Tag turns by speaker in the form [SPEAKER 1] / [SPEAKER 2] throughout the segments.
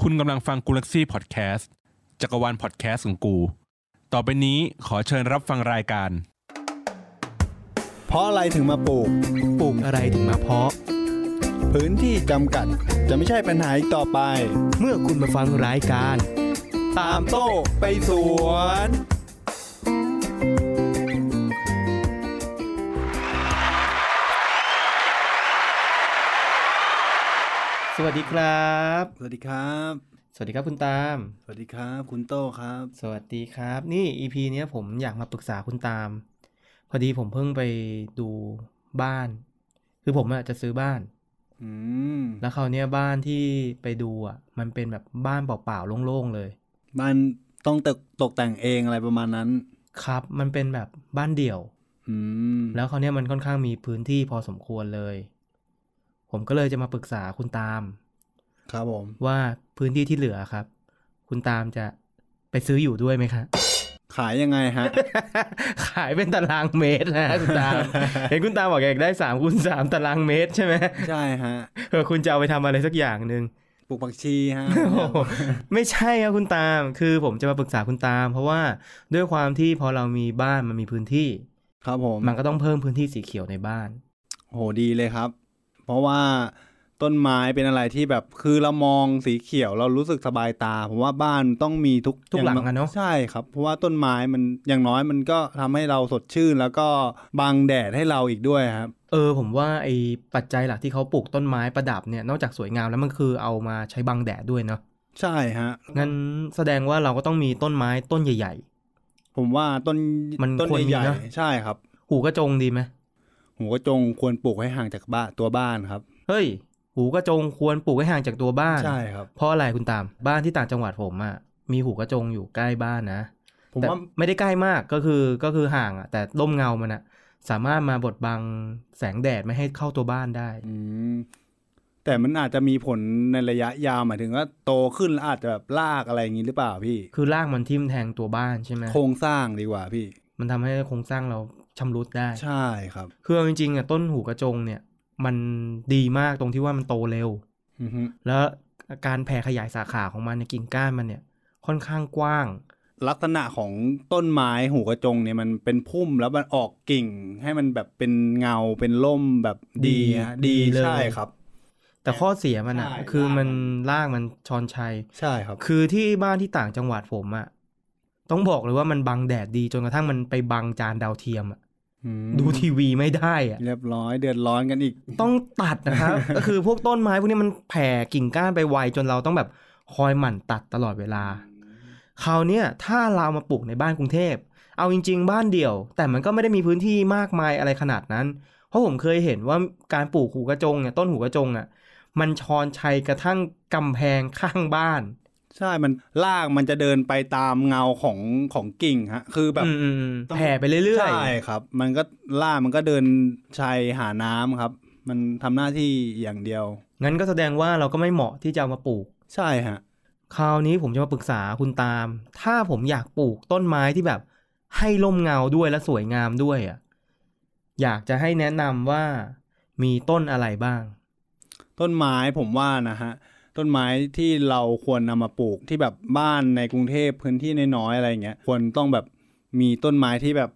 [SPEAKER 1] คุณกำลังฟังกูลักซี่พอดแคสต์จักรวาลพอดแคสต์ของกู ต่อไปนี้ขอเชิญรับฟังรายการ
[SPEAKER 2] เพราะอะไรถึงมาปลูก
[SPEAKER 3] ปลูกอะไรถึงมาเพาะ
[SPEAKER 2] พื้นที่จำกัด จะไม่ใช่ปัญหาอีกต่อไป
[SPEAKER 3] เมื่อคุณมาฟังรายการ
[SPEAKER 2] ตามโต้ไปสวน
[SPEAKER 3] สวัสดีครับ
[SPEAKER 2] สวัสดีครับ
[SPEAKER 3] สวัสดีครับคุณตาม
[SPEAKER 2] สวัสดีครับ คุณโต้ครับ
[SPEAKER 3] สวัสดีครับ นี่ EP เนี้ยผมอยากมาปรึกษาคุณตาม พอดีผมเพิ่งไปดูบ้าน คือผมอะจะซื้อบ้าน
[SPEAKER 2] อืม
[SPEAKER 3] แล้วคราวเนี้ยบ้านที่ไปดูอะมันเป็นแบบบ้านเปล่าๆโล่งๆเลย
[SPEAKER 2] บ้านต้องตกตกแต่งเองอะไรประมาณนั้น
[SPEAKER 3] ครับ มันเป็นแบบบ้านเดี่ยว
[SPEAKER 2] อืม
[SPEAKER 3] แล้วคราวเนี้ยมันค่อนข้างมีพื้นที่พอสมควรเลย ผมก็เลยจะมาปรึกษาคุณตาม
[SPEAKER 2] ครับผม
[SPEAKER 3] ว่าพื้นที่ที่เหลือครับ คุณตามจะไปซื้ออยู่ด้วยไหมครับ
[SPEAKER 2] ขายยังไงฮะ
[SPEAKER 3] ขายเป็นตารางเมตรนะฮะคุณตาม เห็นคุณตามบอกอยากได้สามคูณสามตารางเมตรใช่ไหม
[SPEAKER 2] ใช่ฮะ
[SPEAKER 3] เออคุณจะเอาไปทำอะไรสักอย่างหนึ่ง
[SPEAKER 2] ปลูกผักชีฮะ
[SPEAKER 3] โอ้โหไม่ใช่ครับคุณตาม คือผมจะมาปรึกษาคุณตาม เพราะว่าด้วยความที่พอเรามีบ้านมันมีพื้นที่
[SPEAKER 2] ครับผม
[SPEAKER 3] มันก็ต้องเพิ่มพื้นที่สีเขียวในบ้าน
[SPEAKER 2] โหดีเลยครับ เพราะว่าต้นไม้เป็นอะไรที่แบบคือเรามองสีเขียวเรารู้สึกสบายตาผมว่าบ้านต้องมีทุก
[SPEAKER 3] ทุกหลังอะเนอะ
[SPEAKER 2] ใช่ครับ เพราะว่าต้นไม้มันอย่างน้อยมันก็ทำให้เราสดชื่น แล้วก็บังแดดให้เราอีกด้วยครับ
[SPEAKER 3] เออ ผมว่าไอ้ปัจจัยหลักที่เขาปลูกต้นไม้ประดับเนี่ยนอกจากสวยงามแล้วมันคือเอามาใช้บังแดดด้วยเนาะ
[SPEAKER 2] ใช่ฮะ
[SPEAKER 3] งั้นแสดงว่าเราก็ต้องมีต้นไม้ต้นใหญ่
[SPEAKER 2] ผมว่าต้น
[SPEAKER 3] มัน
[SPEAKER 2] ต้น
[SPEAKER 3] ควรมี
[SPEAKER 2] ใหญ่
[SPEAKER 3] นะ
[SPEAKER 2] ๆใช่ครับ
[SPEAKER 3] ๆ หูกระจงดีไหม
[SPEAKER 2] หูกระจงควรปลูกให้ห่างจากบ้านตัวบ้านครับ
[SPEAKER 3] เฮ้ย หูกระจงควรปลูกให้ห่างจากตัวบ้าน
[SPEAKER 2] ใช่ครับ
[SPEAKER 3] เพราะอะไรคุณตาม บ้านที่ต่างจังหวัดผมอะ่ะ มีหูกระจงอยู่ใกล้บ้านนะ
[SPEAKER 2] ผม
[SPEAKER 3] แต่
[SPEAKER 2] ว่า
[SPEAKER 3] ไม่ได้ใกล้มากก็คือก็คือห่างอะ่ะ แต่ร่มเงามันอะ่ะ สามารถมาบดบังแสงแดดไม่ให้เข้าตัวบ้านได้
[SPEAKER 2] อืมแต่มันอาจจะมีผลในระยะยาวหมายถึงว่าโตขึ้นแล้วอาจจะแบบลากอะไรอย่างนี้หรือเปล่าพี่
[SPEAKER 3] คือรากมันทิ่มแทงตัวบ้านใช่ไหม
[SPEAKER 2] โครงสร้างดีกว่าพี่
[SPEAKER 3] มันทำให้โครงสร้างเราชำรุดได้
[SPEAKER 2] ใช่ครับ
[SPEAKER 3] คือเอาจริงๆอ่ะต้นหูกระจงเนี่ย มันดีมากตรงที่ว่ามันโตเร็ว
[SPEAKER 2] อือฮึ
[SPEAKER 3] แล้วการแผ่ขยายสาขาของมันในยกิ่งก้านมันเนี่ย ค่อนข้างกว้าง
[SPEAKER 2] ลักษณะของต้นไม้หูกระจงเนี่ยมันเป็นพุ่มแล้วมันออกกิ่ง ให้มันแบบเป็นเงาเป็นร่มแบบดี
[SPEAKER 3] ดี
[SPEAKER 2] ฮะ
[SPEAKER 3] ดีเลย
[SPEAKER 2] ใช่ครับ
[SPEAKER 3] แต่ข้อเสียมันอ่ะ
[SPEAKER 2] ใช่
[SPEAKER 3] คือมันรากมันชอนชัย
[SPEAKER 2] ใช่ครับ
[SPEAKER 3] คือที่บ้านที่ต่างจังหวัดผมอ่ะต้องบอกเลยว่ามันบังแดดดีจนกระทั่งมันไปบังจานดาวเทียมอ่ะ
[SPEAKER 2] อืม
[SPEAKER 3] ดูทีวีไม่ได้อ่ะ
[SPEAKER 2] เรียบร้อยเดือดร้อนกันอีก
[SPEAKER 3] ต้องตัดนะครับ ก็คือพวกต้นไม้พวกนี้มันแผ่กิ่งก้านไปไวจนเราต้องแบบคอยหมั่นตัดตลอดเวลา คราวเนี้ยถ้าเรามาปลูกในบ้านกรุงเทพ เอาจริง ๆ บ้านเดี่ยว แต่มันก็ไม่ได้มีพื้นที่มากมายอะไรขนาดนั้น เพราะผมเคยเห็นว่าการปลูกหูกระจงเนี่ยต้นหูกระจงอ่ะมันชอนชัยกระทั่งกำแพงข้างบ้าน
[SPEAKER 2] ใช่มันลากมันจะเดินไปตามเงาของของกิ่งฮะ คือแบบ
[SPEAKER 3] อืมๆๆแผ่ไปเรื่อย
[SPEAKER 2] ใช่ครับ มันก็ล่ากมันก็เดินชายหาน้ำครับ มันทำหน้าที่อย่างเดียว
[SPEAKER 3] ๆ งั้นก็แสดงว่าเราก็ไม่เหมาะที่จะเอามาปลูก
[SPEAKER 2] ใช่ฮะ
[SPEAKER 3] คราวนี้ผมจะมาปรึกษาคุณตาม ถ้าผมอยากปลูกต้นไม้ที่แบบ ให้ร่มเงาด้วยและสวยงามด้วยอ่ะ อยากจะให้แนะนำว่ามีต้นอะไรบ้าง
[SPEAKER 2] ต้นไม้ผมว่านะฮะ ต้นไม้ที่เราควรนำมาปลูกที่แบบบ้านในกรุงเทพพื้นที่น้อยๆอะไรอย่างเงี้ยควรต้องแบบมีต้นไม้ที่แบบ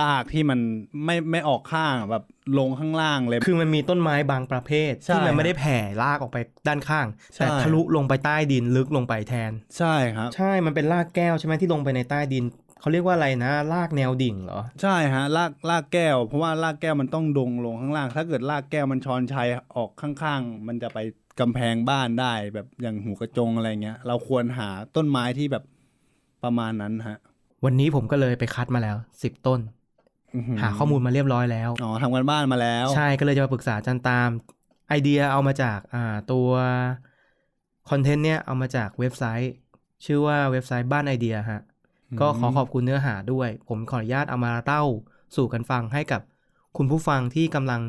[SPEAKER 2] ลากที่มันไม่ไม่ออกข้างอะแบบลงข้างล่างเลย
[SPEAKER 3] คือมันมีต้นไม้บางประเภท
[SPEAKER 2] ใช่
[SPEAKER 3] ที่มันไม่ได้แผ่รากออกไปด้านข้าง
[SPEAKER 2] ใช่
[SPEAKER 3] แต่ทะลุลงไปใต้ดินลึกลงไปแทน
[SPEAKER 2] ใช่ครับ
[SPEAKER 3] ใช่มันเป็นรากแก้วใช่ไหมที่ลงไปในใต้ดิน เขาเรียกว่าอะไรนะ รากแนวดิ่งเหรอ
[SPEAKER 2] ใช่ฮะลากลากแก้ว เพราะว่าลากแก้วมันต้องดงลงข้างล่าง ถ้าเกิดลากแก้วมันชอนชัยออกข้างๆ มันจะไปกำแพงบ้านได้แบบอย่างหูกระจงอะไรเงี้ย เราควรหาต้นไม้ที่แบบประมาณนั้นฮะ
[SPEAKER 3] วันนี้ผมก็เลยไปคัดมาแล้วสิบต้น
[SPEAKER 2] อื้หื
[SPEAKER 3] หาข้อมูลมาเรียบร้อยแล้ว
[SPEAKER 2] อ๋อทำกันบ้านมาแล้ว
[SPEAKER 3] ใช่ก็เลยจะมาปรึกษาอาจันตาม ไอเดียเอามาจากอ่าตัวคอนเทนต์เนี้ยเอามาจากเว็บไซต์ ชื่อว่าเว็บไซต์บ้านไอเดียฮะ
[SPEAKER 2] อืม
[SPEAKER 3] ก็ขอขอบคุณเนื้อหาด้วย ผมขออนุญาตเอามาเล่าสู่กันฟังให้กับคุณผู้ฟังที่กำลัง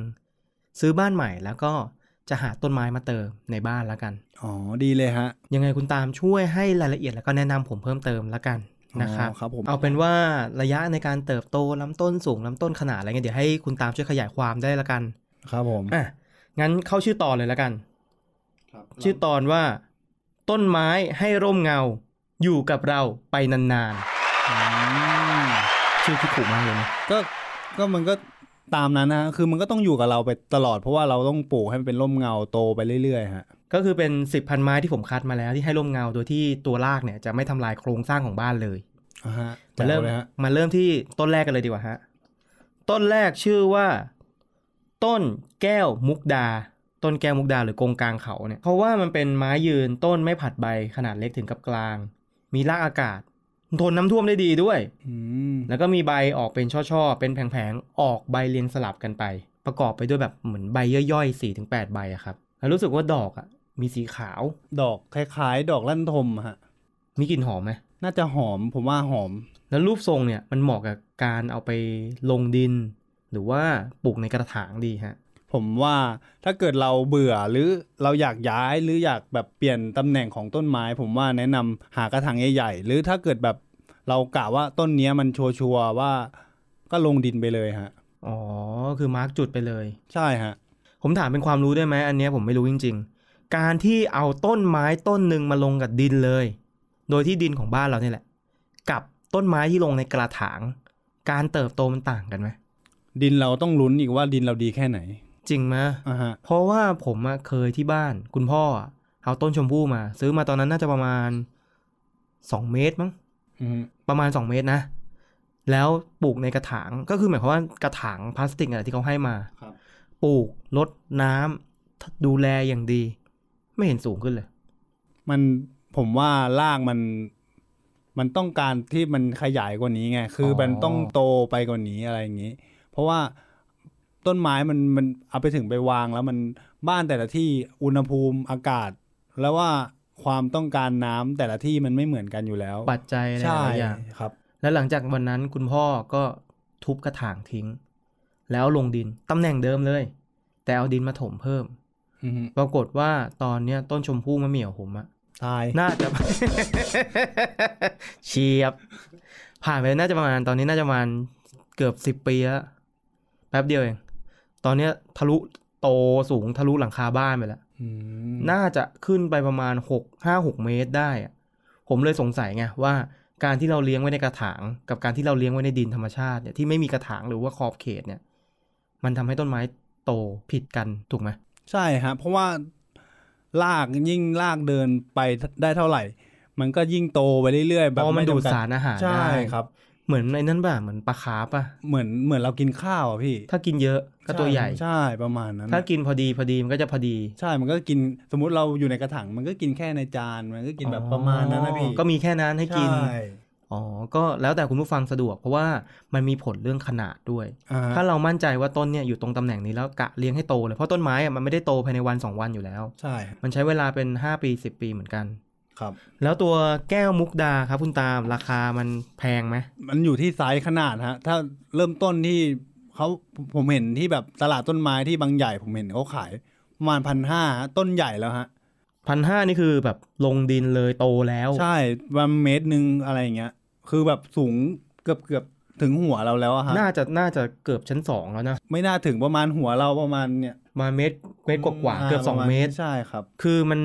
[SPEAKER 3] ซื้อบ้านใหม่ แล้วก็จะหาต้นไม้มาเติมในบ้านแล้วกัน
[SPEAKER 2] อ๋อดีเลยฮะ
[SPEAKER 3] ยังไงคุณตามช่วยให้รายละเอียดแล้วก็แนะนำผมเพิ่มเติมแล้วกันนะครับ
[SPEAKER 2] อ๋อครับผม
[SPEAKER 3] เอาเป็นว่าระยะในการเติบโตลำต้นสูงลำต้นขนาดอะไรเงี้ยเดี๋ยวให้คุณตามช่วยขยายความได้ละกัน
[SPEAKER 2] ครับผม
[SPEAKER 3] อ่ะ งั้นเข้าชื่อตอนเลยแล้วกัน
[SPEAKER 2] ครับ
[SPEAKER 3] ชื่อตอนว่า ต้นไม้ให้ร่มเงา อยู่กับเราไปนานๆ ชื่อที่ถูกมากเลยนะ
[SPEAKER 2] ก็ก็มันก็ตามนั้นนะฮะคือมันก็ต้องอยู่กับเราไปตลอด เพราะว่าเราต้องปลูกให้มันเป็นร่มเงาโตไปเรื่อยๆฮะ
[SPEAKER 3] ก็คือเป็นสิบพันไม้ที่ผมคัดมาแล้วที่ให้ร่มเงาโดยที่ตัวรากเนี่ยจะไม่ทำลายโครงสร้างของบ้านเลย
[SPEAKER 2] อ่าฮะ
[SPEAKER 3] มาเริ่ม
[SPEAKER 2] แจ๋วเลยฮะ
[SPEAKER 3] มาเริ่มที่ต้นแรกกันเลยดีกว่าฮะ ต้นแรกชื่อว่า ต้นแก้วมุกดา ต้นแก้วมุกดาหรือกงกลางเขาเนี่ยเพราะว่ามันเป็นไม้ยืนต้นไม่ผัดใบขนาดเล็กถึงกับกลาง มีรากอากาศทนน้ำท่วมได้ดีด้วย
[SPEAKER 2] อืม
[SPEAKER 3] แล้วก็มีใบออกเป็นช่อๆ เป็นแผงๆ ออกใบเรียงสลับกันไป ประกอบไปด้วยแบบเหมือนใบย่อยๆ4ถึง8ใบอะครับแล้วรู้สึกว่าดอกอะมีสีขาว
[SPEAKER 2] ดอกคล้ายๆ ดอกลั่นทมฮะ
[SPEAKER 3] มีกลิ่นหอมไหม
[SPEAKER 2] น่าจะหอมผมว่าหอม
[SPEAKER 3] แล้วรูปทรงเนี่ยมันเหมาะกับการเอาไปลงดิน หรือว่าปลูกในกระถางดีฮะ
[SPEAKER 2] ผมว่าถ้าเกิดเราเบื่อหรือเราอยากย้ายหรืออยากแบบเปลี่ยนตำแหน่งของต้นไม้ ผมว่าแนะนำหากระถางใหญ่ๆหรือถ้าเกิดแบบเรากะว่าต้นเนี้ยมันชัวร์ๆว่า ก็ลงดินไปเลยฮะ
[SPEAKER 3] อ๋อ คือมาร์กจุดไปเลย
[SPEAKER 2] ใช่ฮะ
[SPEAKER 3] ผมถามเป็นความรู้ได้ไหมอันเนี้ยผมไม่รู้จริง ๆ การที่เอาต้นไม้ต้นหนึ่งมาลงกับดินเลย โดยที่ดินของบ้านเราเนี่ยแหละ กับต้นไม้ที่ลงในกระถาง การเติบโตมันต่างกันไหม
[SPEAKER 2] ดินเราต้องลุ้นอีกว่าดินเราดีแค่ไหน
[SPEAKER 3] จริงไหม
[SPEAKER 2] อ่าฮะ
[SPEAKER 3] เพราะว่าผมอะเคยที่บ้าน คุณพ่ออะเอาต้นชมพู่มา ซื้อมาตอนนั้นน่าจะประมาณสองเมตรมั้ง
[SPEAKER 2] อืม
[SPEAKER 3] ประมาณ 2 เมตรนะ แล้วปลูกในกระถาง ก็คือหมายความว่ากระถางพลาสติกอะไรที่เขาให้มา
[SPEAKER 2] ครับ
[SPEAKER 3] ปลูกลดน้ำดูแลอย่างดี ไม่เห็นสูงขึ้นเลย
[SPEAKER 2] มันผมว่าลากมัน มันต้องการที่มันขยายกว่านี้ไง คืออ
[SPEAKER 3] อ
[SPEAKER 2] มันต้องโตไปกว่านี้อะไรอย่างนี้ เพราะว่าต้นไม้มันมันเอาไปถึงไปวางแล้วมันบ้านแต่ละที่อุณหภูมิอากาศ แล้วว่าความต้องการน้ำแต่ละที่มันไม่เหมือนกันอยู่แล้ว
[SPEAKER 3] ปัจจัยอะไรห
[SPEAKER 2] ใช่
[SPEAKER 3] ลายอย่าง
[SPEAKER 2] ครับ
[SPEAKER 3] แล้วหลังจากวันนั้นคุณพ่อก็ทุบกระถางทิ้ง แล้วลงดินตำแหน่งเดิมเลย แต่เอาดินมาถมเพิ่ม
[SPEAKER 2] อือฮึ
[SPEAKER 3] ปรากฏว่าตอนเนี้ยต้นชมพู่มะเหมี่ยวผมอะ
[SPEAKER 2] ตาย
[SPEAKER 3] น่าจะ เชียบ ผ่านไปน่าจะประมาณตอนนี้น่าจะประมาณเกือบสิบปีแล้วแป๊บเดียวเอง ตอนเนี้ยทะลุโตสูงทะลุหลังคาบ้านไปแล้ว
[SPEAKER 2] อืม
[SPEAKER 3] น่าจะขึ้นไปประมาณหกห้าหกเมตรได้อะผมเลยสงสัยไงว่าการที่เราเลี้ยงไว้ในกระถาง กับการที่เราเลี้ยงไว้ในดินธรรมชาติเนี่ยที่ไม่มีกระถางหรือว่าขอบเขตเนี่ย มันทำให้ต้นไม้โตผิดกันถูกไหม
[SPEAKER 2] ใช่ฮะเพราะว่าลากยิ่งลากเดินไปได้เท่าไหร่ มันก็ยิ่งโตไปเรื่อยๆ
[SPEAKER 3] เพ
[SPEAKER 2] แบบ
[SPEAKER 3] ราะมัน
[SPEAKER 2] ไจำกั
[SPEAKER 3] ดูดสารอาหาร
[SPEAKER 2] ใช่
[SPEAKER 3] ได้
[SPEAKER 2] ครับ
[SPEAKER 3] เหมือนในนั้นป่ะเหมือนปลาคาร์ปป่ะ
[SPEAKER 2] เหมือนเหมือนเรากินข้าวอะพี่
[SPEAKER 3] ถ้ากินเยอะก็ตัวใหญ่
[SPEAKER 2] ใช่ประมาณนั้น
[SPEAKER 3] ถ้ากินพอดีพอดีมันก็จะพอดี
[SPEAKER 2] ใช่มันก็กินสมมติเราอยู่ในกระถางมันก็กินแค่ในจานมันก็กินแบบประมาณนั้นนะพี่
[SPEAKER 3] ก็มีแค่นั้นให้กิน
[SPEAKER 2] ใช่
[SPEAKER 3] อ๋อ ก็แล้วแต่คุณผู้ฟังสะดวก เพราะว่ามันมีผลเรื่องขนาดด้วย
[SPEAKER 2] อ่าฮะ
[SPEAKER 3] ถ้าเรามั่นใจว่าต้นเนี่ยอยู่ตรงตำแหน่งนี้แล้วกะเลี้ยงให้โตเลย เพราะต้นไม้อะมันไม่ได้โตภายในวัน 2 วันอยู่แล้ว
[SPEAKER 2] ใช่
[SPEAKER 3] มันใช้เวลาเป็น 5 ปี 10 ปีเหมือนกัน
[SPEAKER 2] ครับ
[SPEAKER 3] แล้วตัวแก้วมุกดาครับคุณตามราคามันแพงไหม
[SPEAKER 2] มันอยู่ที่ไซส์ขนาดฮะ ถ้าเริ่มต้นที่เขาผมเห็นที่แบบตลาดต้นไม้ที่บางใหญ่ผมเห็นเขาขายประมาณพันห้าต้นใหญ่แล้วฮะ
[SPEAKER 3] พันห้านี่คือแบบลงดินเลยโตแล้ว
[SPEAKER 2] ใช่วันเมตรหนึ่งอะไรอย่างเงี้ย คือแบบสูงเกือบเกือบถึงหัวเราแล้วอะฮะ
[SPEAKER 3] น่าจะน่าจะเกือบชั้นสองแล้วนะ
[SPEAKER 2] ไม่น่าถึงประมาณหัวเราประมาณเนี่ย
[SPEAKER 3] มาเมตรเมตรกว่าๆเกือบสอง
[SPEAKER 2] ประาณ
[SPEAKER 3] เมตร
[SPEAKER 2] ใช่ครับ
[SPEAKER 3] คือมัน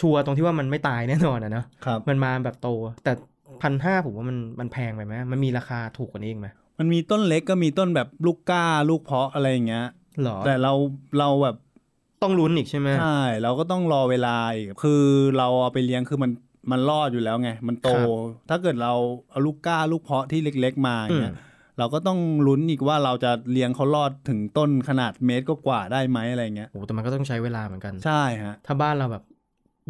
[SPEAKER 3] ชัวร์ตรงที่ว่ามันไม่ตายแน่นอนอะเนอะ
[SPEAKER 2] ครับ
[SPEAKER 3] มันมาแบบโต แต่พันห้าผมว่ามันมันแพงไปไหมมันมีราคาถูกกว่านี้อีกไหม
[SPEAKER 2] มันมีต้นเล็กก็มีต้นแบบลูกก้าลูกเพาะอะไรอย่างเงี้ย
[SPEAKER 3] หรอ
[SPEAKER 2] แต่เราเราแบบ
[SPEAKER 3] ต้องลุ้นอีกใช่ไหม
[SPEAKER 2] ใช่เราก็ต้องรอเวลาอีกคือเราเอาไปเลี้ยงคือมันมันรอดอยู่แล้วไง มันโต
[SPEAKER 3] ครั
[SPEAKER 2] ถ้าเกิดเราเอาลูกก้าลูกเพาะที่เล็ก ๆ มาอย่างเงี้ย
[SPEAKER 3] อืม
[SPEAKER 2] เราก็ต้องลุ้นอีกว่าเราจะเลี้ยงเขารอดถึงต้นขนาดเมตรก็กว่าได้ไหมอะไรเงี้ย
[SPEAKER 3] โอ้แต่มันก็ต้องใช้เวลาเหมือนกัน
[SPEAKER 2] ใช่ฮะ
[SPEAKER 3] ถ้าบ้านเราแบบ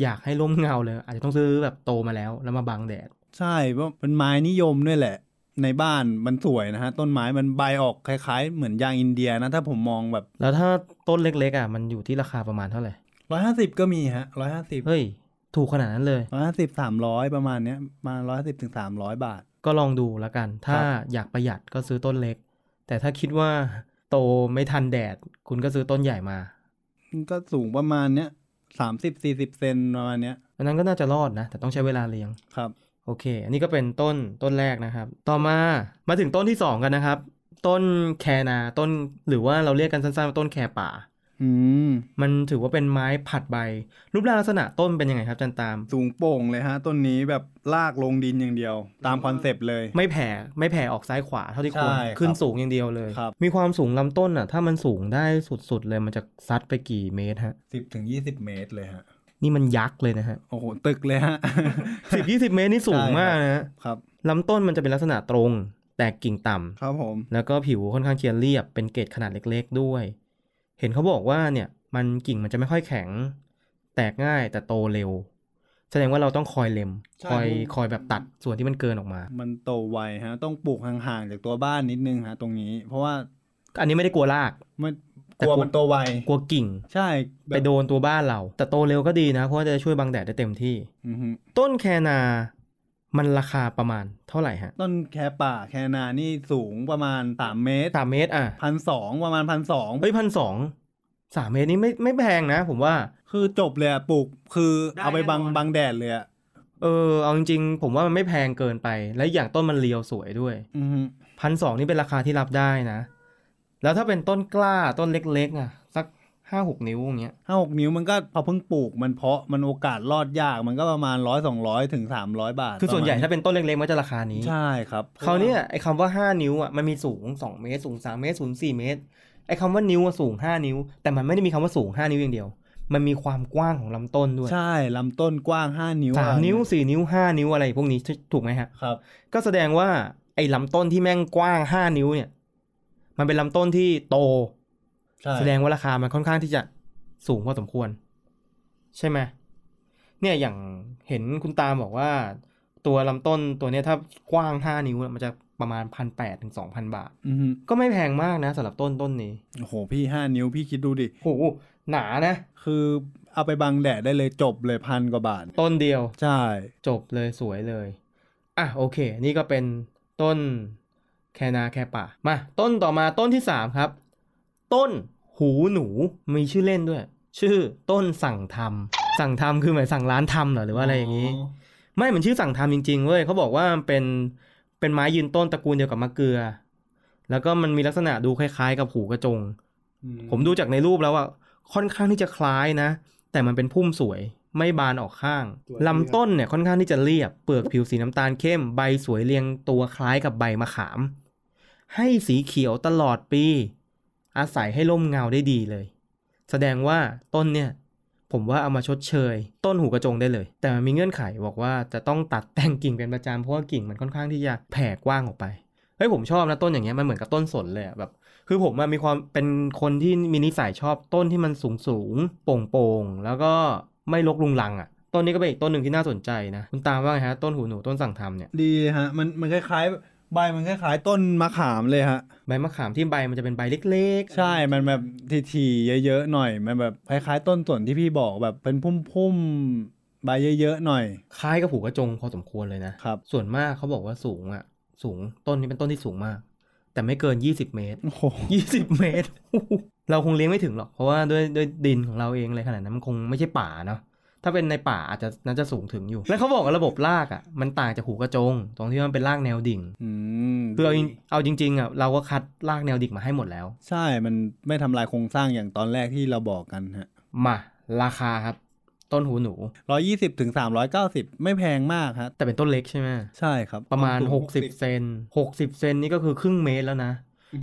[SPEAKER 3] อยากให้ร่มเงาเลย อาจจะต้องซื้อแบบโตมาแล้วแล้วมาบังแดด
[SPEAKER 2] ใช่เพราะเป็นไม้นิยมด้วยแหละ ในบ้านมันสวยนะฮะ ต้นไม้มันใบออกคล้ายๆ เหมือนยางอินเดียนะ ถ้าผมมองแบบ
[SPEAKER 3] แล้วถ้าต้นเล็กๆอ่ะมันอยู่ที่ราคาประมาณเท่าไหร่
[SPEAKER 2] ร้อยห้าสิบก็มีฮะร้อยห้าสิบ
[SPEAKER 3] เฮ้ย ถูกขนาดนั้นเลย
[SPEAKER 2] ร้อยห้าสิบสามร้อยประมาณเนี้ยมาร้อยสิบถึงสามร้อยบาท
[SPEAKER 3] ก็ลองดูแล้วกัน
[SPEAKER 2] ค
[SPEAKER 3] ถ้า
[SPEAKER 2] รับ
[SPEAKER 3] อยากประหยัดก็ซื้อต้นเล็ก แต่ถ้าคิดว่าโตไม่ทันแดด คุณก็ซื้อต้นใหญ่มา
[SPEAKER 2] มันก็สูงประมาณเนี้ยสามสิบสี่สิบเซนประมาณเนี้ย
[SPEAKER 3] อันนั้นก็น่าจะรอดนะ แต่ต้องใช้เวลาเลี้ยง
[SPEAKER 2] ครับ
[SPEAKER 3] โอเค อันนี้ก็เป็นต้นต้นแรกนะครับ ต่อมา มาถึงต้นที่ 2 กันนะครับ ต้นแคนา ต้นหรือว่าเราเรียกกันสั้นๆว่าต้นแคป่า
[SPEAKER 2] อืม
[SPEAKER 3] มันถือว่าเป็นไม้ผลัดใบ รูปร่างลักษณะต้นเป็นยังไงครับอาจันตาม
[SPEAKER 2] สูงโป่งเลยฮะ ต้นนี้แบบลากลงดินอย่างเดียว ตามคอนเซปต์เลย
[SPEAKER 3] ไม่แผ่ไม่แผ่ออกซ้ายขวาเท่าที่ควร
[SPEAKER 2] ใช่ครับ
[SPEAKER 3] ขึ้นสูงอย่างเดียวเลย
[SPEAKER 2] ครับ
[SPEAKER 3] มีความสูงลำต้นอ่ะ ถ้ามันสูงได้สุดๆเลยมันจะซัดไปกี่เมตรฮะ
[SPEAKER 2] สิบถึงยี่สิบเมตรเลยฮะ
[SPEAKER 3] นี่มันยักษ์เลยนะฮะ
[SPEAKER 2] โอ้โห ตึกเลยฮะ
[SPEAKER 3] สิบยี่สิบเมตรนี่สูงมากนะฮะ
[SPEAKER 2] ครับ
[SPEAKER 3] ลำต้นมันจะเป็นลักษณะตรง แตกกิ่งต่ำ
[SPEAKER 2] ครับผม
[SPEAKER 3] แล้วก็ผิวค่อนข้างเคียนเรียบ เป็นเกล็ดขนาดเล็กๆด้วย เห็นเขาบอกว่าเนี่ยมันกิ่งมันจะไม่ค่อยแข็ง แตกง่ายแต่โตเร็ว แสดงว่าเราต้องคอยเล็ม
[SPEAKER 2] ใช่
[SPEAKER 3] คอย
[SPEAKER 2] ผม
[SPEAKER 3] คอยแบบตัดส่วนที่มันเกินออกมา
[SPEAKER 2] มันโตไวฮะ ต้องปลูกห่างๆจากตัวบ้านนิดนึงฮะ ตรงนี้ เพราะว่า
[SPEAKER 3] อันนี้ไม่ได้กลัวราก
[SPEAKER 2] มัน
[SPEAKER 3] แต่
[SPEAKER 2] กลัว
[SPEAKER 3] กลัว
[SPEAKER 2] มันโตไว
[SPEAKER 3] กลัวกิ่ง
[SPEAKER 2] ใช่
[SPEAKER 3] ไปโดนตัวบ้านเรา แต่โตเร็วก็ดีนะ เพราะว่าจะช่วยบังแดดได้เต็มที่
[SPEAKER 2] อือฮึ
[SPEAKER 3] ต้นแคนา มันราคาประมาณเท่าไหร่ฮะ
[SPEAKER 2] ต้นแคป่าแคนานี่สูงประมาณสามเมตร
[SPEAKER 3] สามเมตรอ่ะ
[SPEAKER 2] พันสองประมาณพันสอง
[SPEAKER 3] เฮ้ยพันสองสามเมตรนี้ไม่ไม่แพงนะ ผมว่า
[SPEAKER 2] คือจบเลยอะปลูกคือ
[SPEAKER 3] ได้
[SPEAKER 2] เอาไปบัง
[SPEAKER 3] แน่นอน
[SPEAKER 2] บังแดดเลยอะ
[SPEAKER 3] เออเอาจริงๆ ผมว่ามันไม่แพงเกินไป และอย่างต้นมันเรียวสวยด้วย
[SPEAKER 2] อือฮึ
[SPEAKER 3] พันสองนี่เป็นราคาที่รับได้นะ แล้วถ้าเป็นต้นกล้าต้นเล็กๆอ่ะ สักห้าหกนิ้วอย่างเงี้ย
[SPEAKER 2] ห้าหกนิ้วมันก็พอเพิ่งปลูกมันเพาะมันโอกาสรอดยากมันก็ประมาณร้อยสองร้อยถึงสามร้อยบาท
[SPEAKER 3] คือส่วนใหญ่
[SPEAKER 2] ประม
[SPEAKER 3] ถ้าเป็นต้นเล็กๆมันจะราคา
[SPEAKER 2] ณ
[SPEAKER 3] นี้
[SPEAKER 2] ใช่ครับ
[SPEAKER 3] เขาวเนี่ยไอ้คำว่า 5 นิ้วอ่ะมันมีสูง 2 เมตร สูง 3 เมตร สูง 4 เมตร ไอ้คำว่านิ้วอะสูง 5 นิ้ว แต่มันไม่ได้มีคำว่าสูง 5 นิ้วอย่างเดียว มันมีความกว้างของลำต้นด้วย
[SPEAKER 2] ใช่ลำต้นกว้างห้านิ้ว
[SPEAKER 3] สาม
[SPEAKER 2] อะ
[SPEAKER 3] นิ้ว 4 นิ้ว 5 นิ้วอะไรพวกนี้ถูถูกไหมฮะ
[SPEAKER 2] ครับ
[SPEAKER 3] ก็แสดงว่าไอ้ลำต้นที่แม่งกว้าง 5 นิ้วเนี่ย มันเป็นลำต้นที่โต
[SPEAKER 2] ใช่
[SPEAKER 3] แสดงว่าราคามันค่อนข้างที่จะสูงพอสมควร ใช่ไหมเนี่ยอย่างเห็นคุณตามบอกว่า ตัวลำต้นตัวเนี้ยถ้ากว้าง 5 นิ้วเนี่ยมันจะประมาณพันแปดถึงสองพันบาท
[SPEAKER 2] อือฮึ
[SPEAKER 3] ก็ไม่แพงมากนะสำหรับต้นต้นนี้
[SPEAKER 2] โอ้โหพี่ห้านิ้วพี่คิดดูดิ
[SPEAKER 3] โหหนานะ
[SPEAKER 2] คือเอาไปบังแดดได้เลยจบเลยพันกว่าบาท
[SPEAKER 3] ต้นเดียว
[SPEAKER 2] ใช่
[SPEAKER 3] จบเลยสวยเลย อ่ะโอเค นี่ก็เป็นต้นแคนาแคป่ามา ต้นต่อมาต้นที่สามครับ ต้นหูหนูมีชื่อเล่นด้วย ชื่อต้นสั่งทำสั่งทำคือหมายสั่งร้านทำเหรอหรือว่าอะไรอย่างนี้ ไม่มันชื่อสั่งทำจริงๆเว้ยเขาบอกว่ามันเป็นเป็นไม้ยืนต้นตระกูลเดียวกับมะเกลือ แล้วก็มันมีลักษณะดูคล้ายๆ กับหูกระจง ผมดูจากในรูปแล้วอะค่อนข้างที่จะคล้ายนะ แต่มันเป็นพุ่มสวยไม่บานออกข้าง
[SPEAKER 2] สวย
[SPEAKER 3] ลำต้นเนี่ยค่อนข้างที่จะเรียบ เปลือกผิวสีน้ำตาลเข้มใบสวยเรียงตัวคล้ายกับใบมะขาม ให้สีเขียวตลอดปี อาศัยให้ร่มเงาได้ดีเลย แสดงว่าต้นเนี่ย ผมว่าเอามาชดเชย ต้นหูกระจงได้เลย แต่มันมีเงื่อนไขบอกว่าจะต้องตัดแต่งกิ่งเป็นประจำเพราะว่ากิ่งมันค่อนข้างที่จะแผ่กว้างออกไปเฮ้ยผมชอบนะต้นอย่างเงี้ยมันเหมือนกับต้นสนเลยอะแบบ คือผมอะมีความเป็นคนที่มีนิสัยชอบต้นที่มันสูงสูงโป่งโป่งๆ แล้วก็ไม่ลกลุงลังอ่ะ ต้นนี้ก็เป็นอีกต้นหนึ่งที่น่าสนใจนะ คุณตามว่าไงฮะ ต้นหูหนูต้นสั่งทำเนี่ย
[SPEAKER 2] ดีเลยฮะ มันมันคล้ายๆ ใบมันคล้ายๆ ต้นมะขามเลยฮะ
[SPEAKER 3] ใบมะขามที่ใบมันจะเป็นใบเล็ก
[SPEAKER 2] ใช่ มันแบบทีๆเยอะๆหน่อย มันแบบคล้ายๆ ต้นส่วนที่พี่บอกแบบเป็นพุ่มๆ ใบเยอะๆหน่อย
[SPEAKER 3] ๆ คล้ายกับหูกระจงพอสมควรเลยนะ
[SPEAKER 2] ครับ
[SPEAKER 3] ส่วนมากเขาบอกว่าสูงอ่ะ สูงต้นนี้เป็นต้นที่สูงมาก แต่ไม่เกิน 20 เมตร
[SPEAKER 2] โอ้โห
[SPEAKER 3] 20 เมตร เราคงเลี้ยงไม่ถึงหรอกเพราะว่าด้วยด้วยดินของเราเองอะไรขนาดนั้นมันคงไม่ใช่ป่าเนาะถ้าเป็นในป่าอาจจะน่าจะสูงถึงอยู่ แล้วเขาบอกว่าระบบรากอ่ะมันต่างจากหูกระจง ตรงที่มันเป็นรากแนวดิ่ง
[SPEAKER 2] อืม
[SPEAKER 3] คือเอาจริงเอาจริงๆอ่ะเราก็คัดรากแนวดิ่งมาให้หมดแล้ว
[SPEAKER 2] ใช่ มันไม่ทำลายโครงสร้างอย่างตอนแรกที่เราบอกกันฮะ
[SPEAKER 3] มาราคาครับ ต้นหูหนู
[SPEAKER 2] ร้อยี่สิบถึงสามร้อยเก้าสิบไม่แพงมากฮะ
[SPEAKER 3] แต่เป็นต้นเล็กใช่ไหม
[SPEAKER 2] ใช่ครับ
[SPEAKER 3] ประมาณ
[SPEAKER 2] ควสูง
[SPEAKER 3] 60เซน60เซนนี่ก็คือครึ่งเมตรแล้วนะ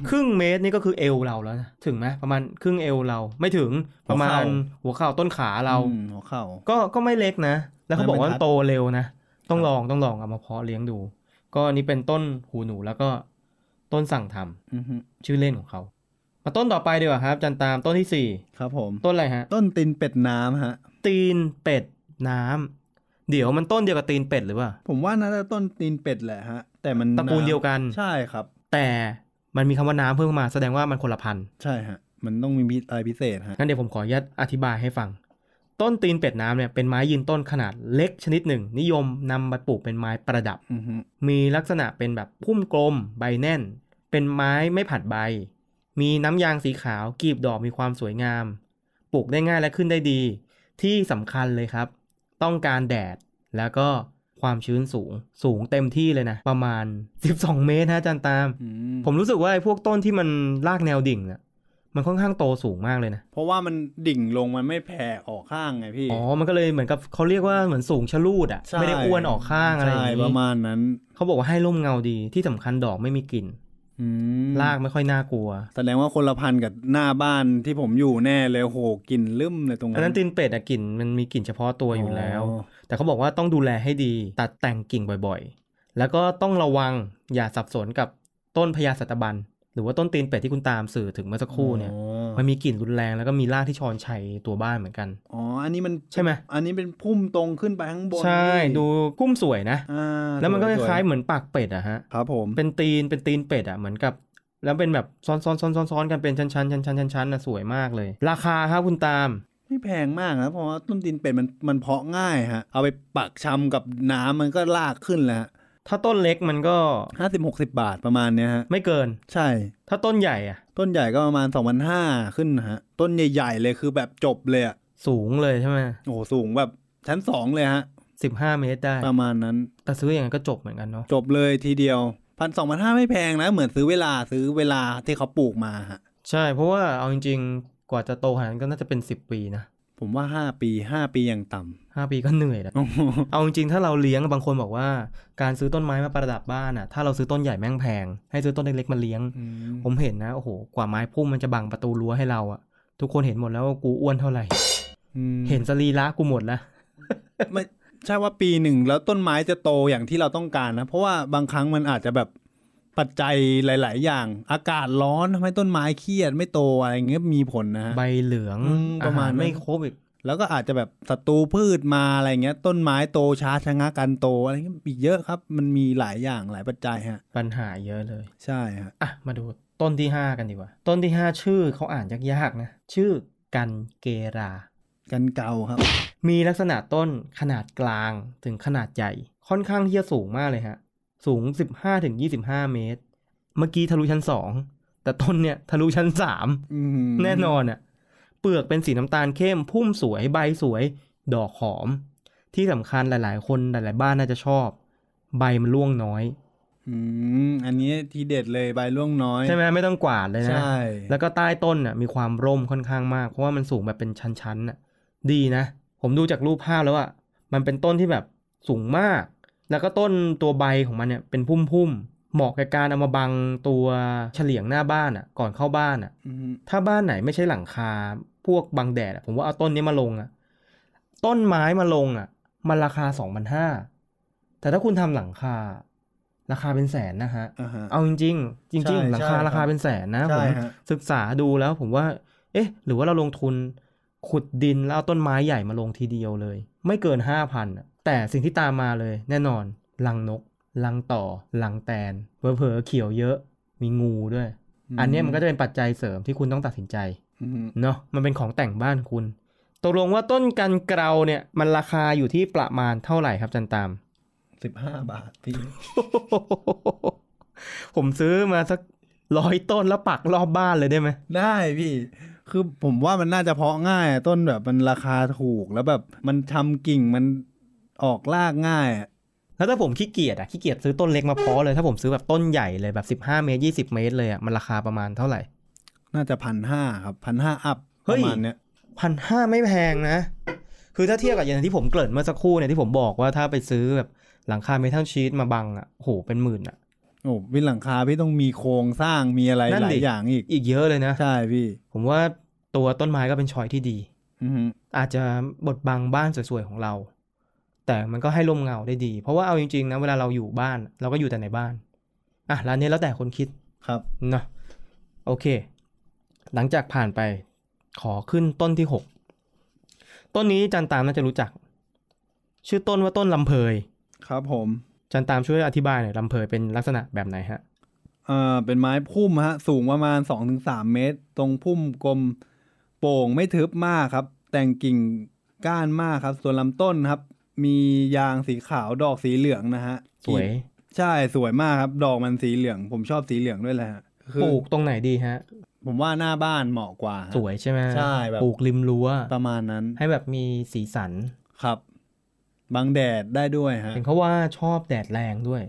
[SPEAKER 3] ครึ่งเมตรนี่ก็คือเอวเราแล้วนะถึงไหมประมาณครึ่งเอวเราไม่ถึงประมาณหัวเข่าต้นขาเรา
[SPEAKER 2] อืมหัวเข่า
[SPEAKER 3] ก็ก็ไม่เล็กนะ แล้วเขาบอกว่า
[SPEAKER 2] ไม่บรรทัด
[SPEAKER 3] โตเร็วนะ ต้องลองต้องลองเอามาเพาะเลี้ยงดู ก็นี่เป็นต้นหูหนูแล้วก็ต้นสั่งทำ
[SPEAKER 2] อือฮึ
[SPEAKER 3] ชื่อเล่นของเขา มาต้นต่อไปดีกว่าครับจันตามต้นที่สี่
[SPEAKER 2] ครับผม
[SPEAKER 3] ต้นอะไรฮะ
[SPEAKER 2] ต้นตินเป็ดน้ำฮะ
[SPEAKER 3] ตีนเป็ดน้ำเดี๋ยวมันต้นเดียวกับตีนเป็ดหรือเปล่า
[SPEAKER 2] ผมว่าน่าจะต้นตีนเป็ดแหละฮะ แต่มัน
[SPEAKER 3] ตระกูลเดียวกัน
[SPEAKER 2] ใช่ครับ
[SPEAKER 3] แต่มันมีคำว่าน้ำเพิ่มมาแสดงว่ามันคนละพันธุ์
[SPEAKER 2] ใช่ฮะ มันต้องมีพิอะไรพิเศษฮะ
[SPEAKER 3] งั้นเดี๋ยวผมขออนุญาตอธิบายให้ฟัง ต้นตีนเป็ดน้ำเนี่ยเป็นไม้ยืนต้นขนาดเล็กชนิดหนึ่ง นิยมนำมาปลูกเป็นไม้ประดับ
[SPEAKER 2] อือฮึ
[SPEAKER 3] มีลักษณะเป็นแบบพุ่มกลมใบแน่น เป็นไม้ไม่ผัดใบ มีน้ำยางสีขาวกลีบดอกมีความสวยงาม ปลูกได้ง่ายและขึ้นได้ดี ที่สำคัญเลยครับ ต้องการแดดแล้วก็ความชื้นสูงสูงเต็มที่เลยนะ ประมาณ 12 เมตรนะอาจารย์ตาม
[SPEAKER 2] อืม
[SPEAKER 3] ผมรู้สึกว่าไอ้พวกต้นที่มันรากแนวดิ่งน่ะ มันค่อนข้างโตสูงมากเลยนะ
[SPEAKER 2] เพราะว่ามันดิ่งลงมันไม่แผ่ออกข้างไงพี่
[SPEAKER 3] อ๋อ มันก็เลยเหมือนกับเขาเรียกว่าเหมือนสูงชะลูดอะ
[SPEAKER 2] ใช่
[SPEAKER 3] ไม่ได้อ้วนออกข้างอะไรอย่าง
[SPEAKER 2] ใช่
[SPEAKER 3] นี้
[SPEAKER 2] ประมาณนั้น
[SPEAKER 3] เขาบอกว่าให้ร่มเงาดีที่สำคัญดอกไม่มีกลิ่น
[SPEAKER 2] อืม
[SPEAKER 3] รากไม่ค่อยน่ากลัว
[SPEAKER 2] แสดงว่าคนละพันกับหน้าบ้านที่ผมอยู่แน่เลยโหกลิ่นลืมเลยตรง
[SPEAKER 3] อัน
[SPEAKER 2] นั้
[SPEAKER 3] นั้น นตีนเป็ดอะกลิ่นมันมีกลิ่นเฉพาะตัวอยู่แล้ว
[SPEAKER 2] อ๋อ
[SPEAKER 3] แต่เขาบอกว่าต้องดูแลให้ดี ตัดแต่งกิ่งบ่อยๆ แล้วก็ต้องระวังอย่าสับสนกับต้นพญาสัตบัน หรือว่าต้นตีนเป็ดที่คุณตามสื่อถึงเมื่อสักครู่เนี่ย
[SPEAKER 2] อ๋อ
[SPEAKER 3] มันมีกลิ่นรุนแรงแล้วก็มีรากที่ชอนชัยตัวบ้านเหมือนกัน
[SPEAKER 2] อ๋ออันนี้มัน
[SPEAKER 3] ใช่ไหม
[SPEAKER 2] อันนี้เป็นพุ่มตรงขึ้นไปข้างบน
[SPEAKER 3] ใช่ดูกุ้มสวยนะ
[SPEAKER 2] อ่า
[SPEAKER 3] แล้วมันก็ค
[SPEAKER 2] สวๆ
[SPEAKER 3] ล้ายๆเหมือนปากเป็ดอะฮะ
[SPEAKER 2] ครับผม
[SPEAKER 3] เป็นตีนเป็นตีนเป็ดอะเหมือนกับ แล้วเป็นแบบซ้อนซ้อนซ้อนซ้อนซ้อนกันเป็นชั้นชั้นชั้นชั้นชั้นชั้นนะสวยมากเลย ราคาครับคุณตาม
[SPEAKER 2] ไม่แพงมากนะเพราะว่าต้นตีนเป็ดมันมันเพาะง่ายฮะ เอาไปปักชำกับน้ำมันก็ลากขึ้นแล้ว
[SPEAKER 3] ถ้าต้นเล็กมันก็
[SPEAKER 2] ห้าสิบหกสิบาทประมาณเนี้ยฮะ
[SPEAKER 3] ไม่เกิน
[SPEAKER 2] ใช่
[SPEAKER 3] ถ้าต้นใหญ่อะ
[SPEAKER 2] ต้นใหญ่ก็ประมาณสองพันห้าขึ้นนะฮะ ต้นใหญ่ ๆ เลยคือแบบจบเลยอะ
[SPEAKER 3] สูงเลยใช่ไหม
[SPEAKER 2] โอ้โหสูงแบบชั้นสองเลยฮะ
[SPEAKER 3] สิบห้าเมตรได้
[SPEAKER 2] ประมาณนั้น
[SPEAKER 3] แต่ซื้ออย่างนั้นก็จบเหมือนกันเนาะ
[SPEAKER 2] จบเลยทีเดียวพันสองพันห้าไม่แพงนะ เหมือนซื้อเวลาซื้อเวลาที่เขาปลูกมาฮะ
[SPEAKER 3] ใช่เพราะว่าเอาจริงๆ กว่าจะโตขนาดนั้นก็น่าจะเป็นสิบปีนะ
[SPEAKER 2] ผมว่าห้าปีห้าปีอย่างต่
[SPEAKER 3] ห้าปีก็เหนื่อยแล้ว
[SPEAKER 2] ำโอ้โห
[SPEAKER 3] เอาจริงๆถ้าเราเลี้ยงบางคนบอกว่าการซื้อต้นไม้มาประดับบ้านอะถ้าเราซื้อต้นใหญ่แม่งแพง ให้ซื้อต้นเล็กๆมาเลี้ยง ผมเห็นนะโอ้โหกว่าไม้พุ่มมันจะบังประตูรั้วให้เราอะทุกคนเห็นหมดแล้วว่ากูอ้วนเท่าไหร่
[SPEAKER 2] อืม
[SPEAKER 3] เห็นสรีระกูหมดแล้ว
[SPEAKER 2] ไม่ใช่ว่าปีหนึ่งแล้วต้นไม้จะโตอย่างที่เราต้องการนะ เพราะว่าบางครั้งมันอาจจะแบบปัจจัยหลาย ๆ อย่าง อากาศร้อนทำให้ต้นไม้เครียดไม่โตอะไรอย่างเงี้ยมีผลนะฮะ
[SPEAKER 3] ใบเหลือง
[SPEAKER 2] อืมประมาณ
[SPEAKER 3] อห
[SPEAKER 2] นั้น
[SPEAKER 3] ไม่ครบอีก
[SPEAKER 2] แล้วก็อาจจะแบบศัตรูพืชมาอะไรเงี้ย ต้นไม้โตช้าชะงักการโตอะไรเงี้ยอีกเยอะครับ มันมีหลายอย่างหลายปัจจัยฮะ
[SPEAKER 3] ปัญหาเยอะเลย
[SPEAKER 2] ใช่ฮะ
[SPEAKER 3] อ่ะมาดูต้นที่ 5 กันดีกว่า ต้นที่ 5 ชื่อเขาอ่านยากๆนะ ชื่อกันเกรา
[SPEAKER 2] กันเกาครับ
[SPEAKER 3] มีลักษณะต้นขนาดกลางถึงขนาดใหญ่ ค่อนข้างที่จะสูงมากเลยฮะ สูง 15-25 เมตร เมื่อกี้ทะลุชั้น 2 แต่ต้นเนี่ยทะลุชั้น 3
[SPEAKER 2] อืม
[SPEAKER 3] แน่นอนอะเปลือกเป็นสีน้ำตาลเข้ม พุ่มสวยใบสวย ดอกหอม ที่สำคัญหลายๆ คนหลายๆ บ้านน่าจะชอบ ใบมันร่วงน้อย
[SPEAKER 2] อืมอันนี้ทีเด็ดเลยใบร่วงน้อย
[SPEAKER 3] ใช่ไหมไม่ต้องกวาดเลยนะ
[SPEAKER 2] ใช่
[SPEAKER 3] แล้วก็ใต้ต้นน่ะมีความร่มค่อนข้างมาก เพราะว่ามันสูงแบบเป็นชั้นๆน่ะดีนะ ผมดูจากรูปภาพแล้วอ่ะมันเป็นต้นที่แบบสูงมาก แล้วก็ต้นตัวใบของมันเนี่ยเป็นพุ่มๆเหมาะกับการเอามาบังตัวเฉลียงหน้าบ้านอ่ะก่อนเข้าบ้านอ่ะ
[SPEAKER 2] อืม
[SPEAKER 3] ถ้าบ้านไหนไม่ใช่หลังคาพวกบังแดดอะผมว่าเอาต้นนี้มาลงอะต้นไม้มาลงอะมันราคาสองพันห้าแต่ถ้าคุณทำหลังคา ราคาเป็นแสนนะฮะ
[SPEAKER 2] อ่าฮะ
[SPEAKER 3] เอาจริง ๆ จ
[SPEAKER 2] ใช่
[SPEAKER 3] ริง ๆ หลังคา
[SPEAKER 2] ใช่ครับ
[SPEAKER 3] ราคาเป็นแสนนะ
[SPEAKER 2] ใช่
[SPEAKER 3] ผม
[SPEAKER 2] ฮะ
[SPEAKER 3] ศึกษาดูแล้วผมว่า เอ๊ะ หรือว่าเราลงทุนขุดดินแล้วเอาต้นไม้ใหญ่มาลงทีเดียวเลย ไม่เกินห้าพันแต่สิ่งที่ตามมาเลย แน่นอนลังนกลังต่อลังแตนเผลอๆเขียวเยอะ มีงูด้วย อันเนี้ยมันก็จะเป็นปัจจัยเสริมที่คุณต้องตัดสินใจ
[SPEAKER 2] อืม
[SPEAKER 3] เนาะมันเป็นของแต่งบ้านคุณ ตกลงว่าต้นกันเกลาเนี่ย มันราคาอยู่ที่ประมาณเท่าไหร่ครับจันตาม
[SPEAKER 2] สิบห้าบาทพี่
[SPEAKER 3] ผมซื้อมาสักร้อยต้นแล้วปักรอบบ้านเลยได้ไหม
[SPEAKER 2] ได้พี่ คือผมว่ามันน่าจะเพาะง่ายอะต้นแบบมันราคาถูกแล้วแบบมันทำกิ่งมันออกรากง่ายอะ
[SPEAKER 3] แล้วถ้าผมขี้เกียจอ่ะขี้เกียจซื้อต้นเล็กมาเพาะเลยถ้าผมซื้อแบบต้นใหญ่เลยแบบ15เมตร20 เมตรเลยอ่ะมันราคาประมาณเท่าไหร่
[SPEAKER 2] น่าจะพันห้าครับพันห้าอัพ
[SPEAKER 3] เฮ้
[SPEAKER 2] ป
[SPEAKER 3] ย
[SPEAKER 2] ระมาณเนี้ย
[SPEAKER 3] พันห้าไม่แพงนะ คือถ้าเทียบกับอย่างที่ผมเกริ่นเมื่อสักครู่เนี่ยที่ผมบอกว่าถ้าไปซื้อแบบหลังคาเมทัลชีตมาบังอ่ะโหเป็นหมื่นอ่ะ
[SPEAKER 2] โอ้วิหลังคาพี่ต้องมีโครงสร้างมีอะไร
[SPEAKER 3] นั่น
[SPEAKER 2] หลา
[SPEAKER 3] ดิ
[SPEAKER 2] ยอย่างอีก
[SPEAKER 3] อีกเยอะเลยนะ
[SPEAKER 2] ใช่พี่
[SPEAKER 3] ผมว่าตัวต้นไม้ก็เป็นช้อยที่ดี
[SPEAKER 2] อือฮึ
[SPEAKER 3] อาจจะบดบังบ้านสวยๆของเรา แต่มันก็ให้ร่มเงาได้ดี เพราะว่าเอาจริงๆนะเวลาเราอยู่บ้าน เราก็อยู่แต่ในบ้านอ่ะร้านนี้แล้วแต่คนคิด
[SPEAKER 2] ครับ
[SPEAKER 3] เนาะโอเค หลังจากผ่านไปขอขึ้นต้นที่หกต้นนี้จันตามน่าจะรู้จัก ชื่อต้นว่าต้นลำเพย
[SPEAKER 2] ครับผม
[SPEAKER 3] จันตามช่วยอธิบายหน่อยลำเพยเป็นลักษณะแบบไหนฮะ
[SPEAKER 2] เอ่อเป็นไม้พุ่มฮะ สูงประมาณ 2-3 เมตร ตรงพุ่มกลมโป่งไม่ทึบมากครับ แต่งกิ่งก้านมากครับ ส่วนลำต้นครับ มียางสีขาวดอกสีเหลืองนะฮะ
[SPEAKER 3] สวย
[SPEAKER 2] ใช่สวยมากครับ ดอกมันสีเหลือง ผมชอบสีเหลืองด้วยแหละฮะคือ
[SPEAKER 3] ปลูกตรงไหนดีฮะ
[SPEAKER 2] ผมว่าหน้าบ้านเหมาะกว่าฮะ
[SPEAKER 3] สวยใช่ไหม
[SPEAKER 2] ใช่แบบ
[SPEAKER 3] ปลูกริมรั้ว
[SPEAKER 2] ประมาณนั้น
[SPEAKER 3] ให้แบบมีสีสัน
[SPEAKER 2] ครับบังแดดได้ด้วยฮะ
[SPEAKER 3] เห็นเขาว่าชอบแดดแรงด้วย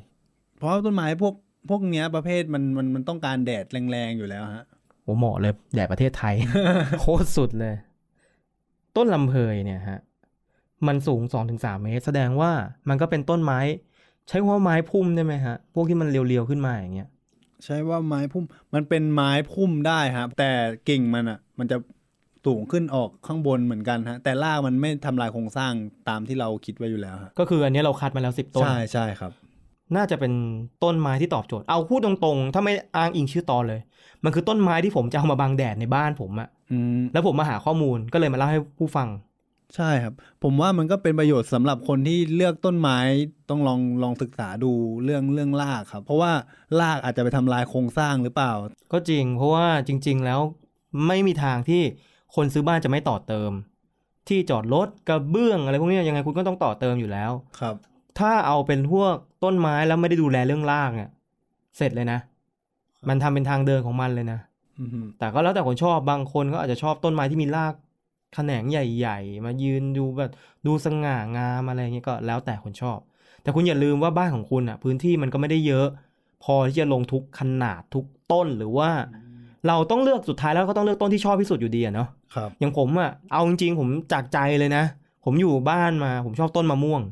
[SPEAKER 2] เพราะว่าต้นไม้พวกพวกเนี้ยประเภทมันมันมันต้องการแดดแรงๆอยู่แล้วฮะ
[SPEAKER 3] โอเหมาะเลยแด่ประเทศไท ย โคตรสุดเลย ต้นลำเพยเนี่ยฮะ มันสูง 2-3 เมตร แสดงว่ามันก็เป็นต้นไม้ ใช้คำว่าไม้พุ่มได้ไหมฮะ พวกที่มันเรียวๆขึ้นมาอย่างเงี้ย
[SPEAKER 2] ใช่ว่าไม้พุ่มมันเป็นไม้พุ่มได้ครับ แต่กิ่งมันอ่ะ มันจะสูงขึ้นออกข้างบนเหมือนกันฮะ แต่รากมันไม่ทำลายโครงสร้างตามที่เราคิดไว้อยู่แล้วฮะ
[SPEAKER 3] ก็คืออันเนี้ยเราคัดมาแล้ว 10 ต้น
[SPEAKER 2] ใช่ใช่ครับ
[SPEAKER 3] น่าจะเป็นต้นไม้ที่ตอบโจทย์ เอาพูดตรงๆ ถ้าไม่อ้างอิงชื่อตอนเลย มันคือต้นไม้ที่ผมจะเอามาบังแดดในบ้านผมอะ
[SPEAKER 2] อืม
[SPEAKER 3] แล้วผมมาหาข้อมูลก็เลยมาเล่าให้ผู้ฟัง
[SPEAKER 2] ใช่ครับ ผมว่ามันก็เป็นประโยชน์สำหรับคนที่เลือกต้นไม้ต้องลองลองศึกษาดูเรื่องเรื่องรากครับ เพราะว่ารากอาจจะไปทำลายโครงสร้างหรือเปล่า
[SPEAKER 3] ก็จริง เพราะว่าจริง ๆ แล้วไม่มีทางที่คนซื้อบ้านจะไม่ต่อเติม ที่จอดรถกระเบื้องอะไรพวกเนี้ยยังไงคุณก็ต้องต่อเติมอยู่แล้ว
[SPEAKER 2] ครับ
[SPEAKER 3] ถ้าเอาเป็นพวกต้นไม้แล้วไม่ได้ดูแลเรื่องรากเนี่ยเสร็จเลยนะ มันทำเป็นทางเดินของมันเลยนะ
[SPEAKER 2] อือฮึ
[SPEAKER 3] แต่ก็แล้วแต่คนชอบบางคนก็อาจจะชอบต้นไม้ที่มีรากแขนงใหญ่ๆ มายืนดูแบบดูสง่างามอะไรเงี้ยก็แล้วแต่คนชอบ แต่คุณอย่าลืมว่าบ้านของคุณอ่ะ พื้นที่มันก็ไม่ได้เยอะ พอที่จะลงทุกขนาดทุกต้นหรือว่า เราต้องเลือกสุดท้ายแล้วก็ต้องเลือกต้นที่ชอบที่สุดอยู่ดีอะเนาะ
[SPEAKER 2] ครับ
[SPEAKER 3] อย่างผมอ่ะเอาจริงๆผมจากใจเลยนะ ผมอยู่บ้านมาผมชอบต้นมะม่วง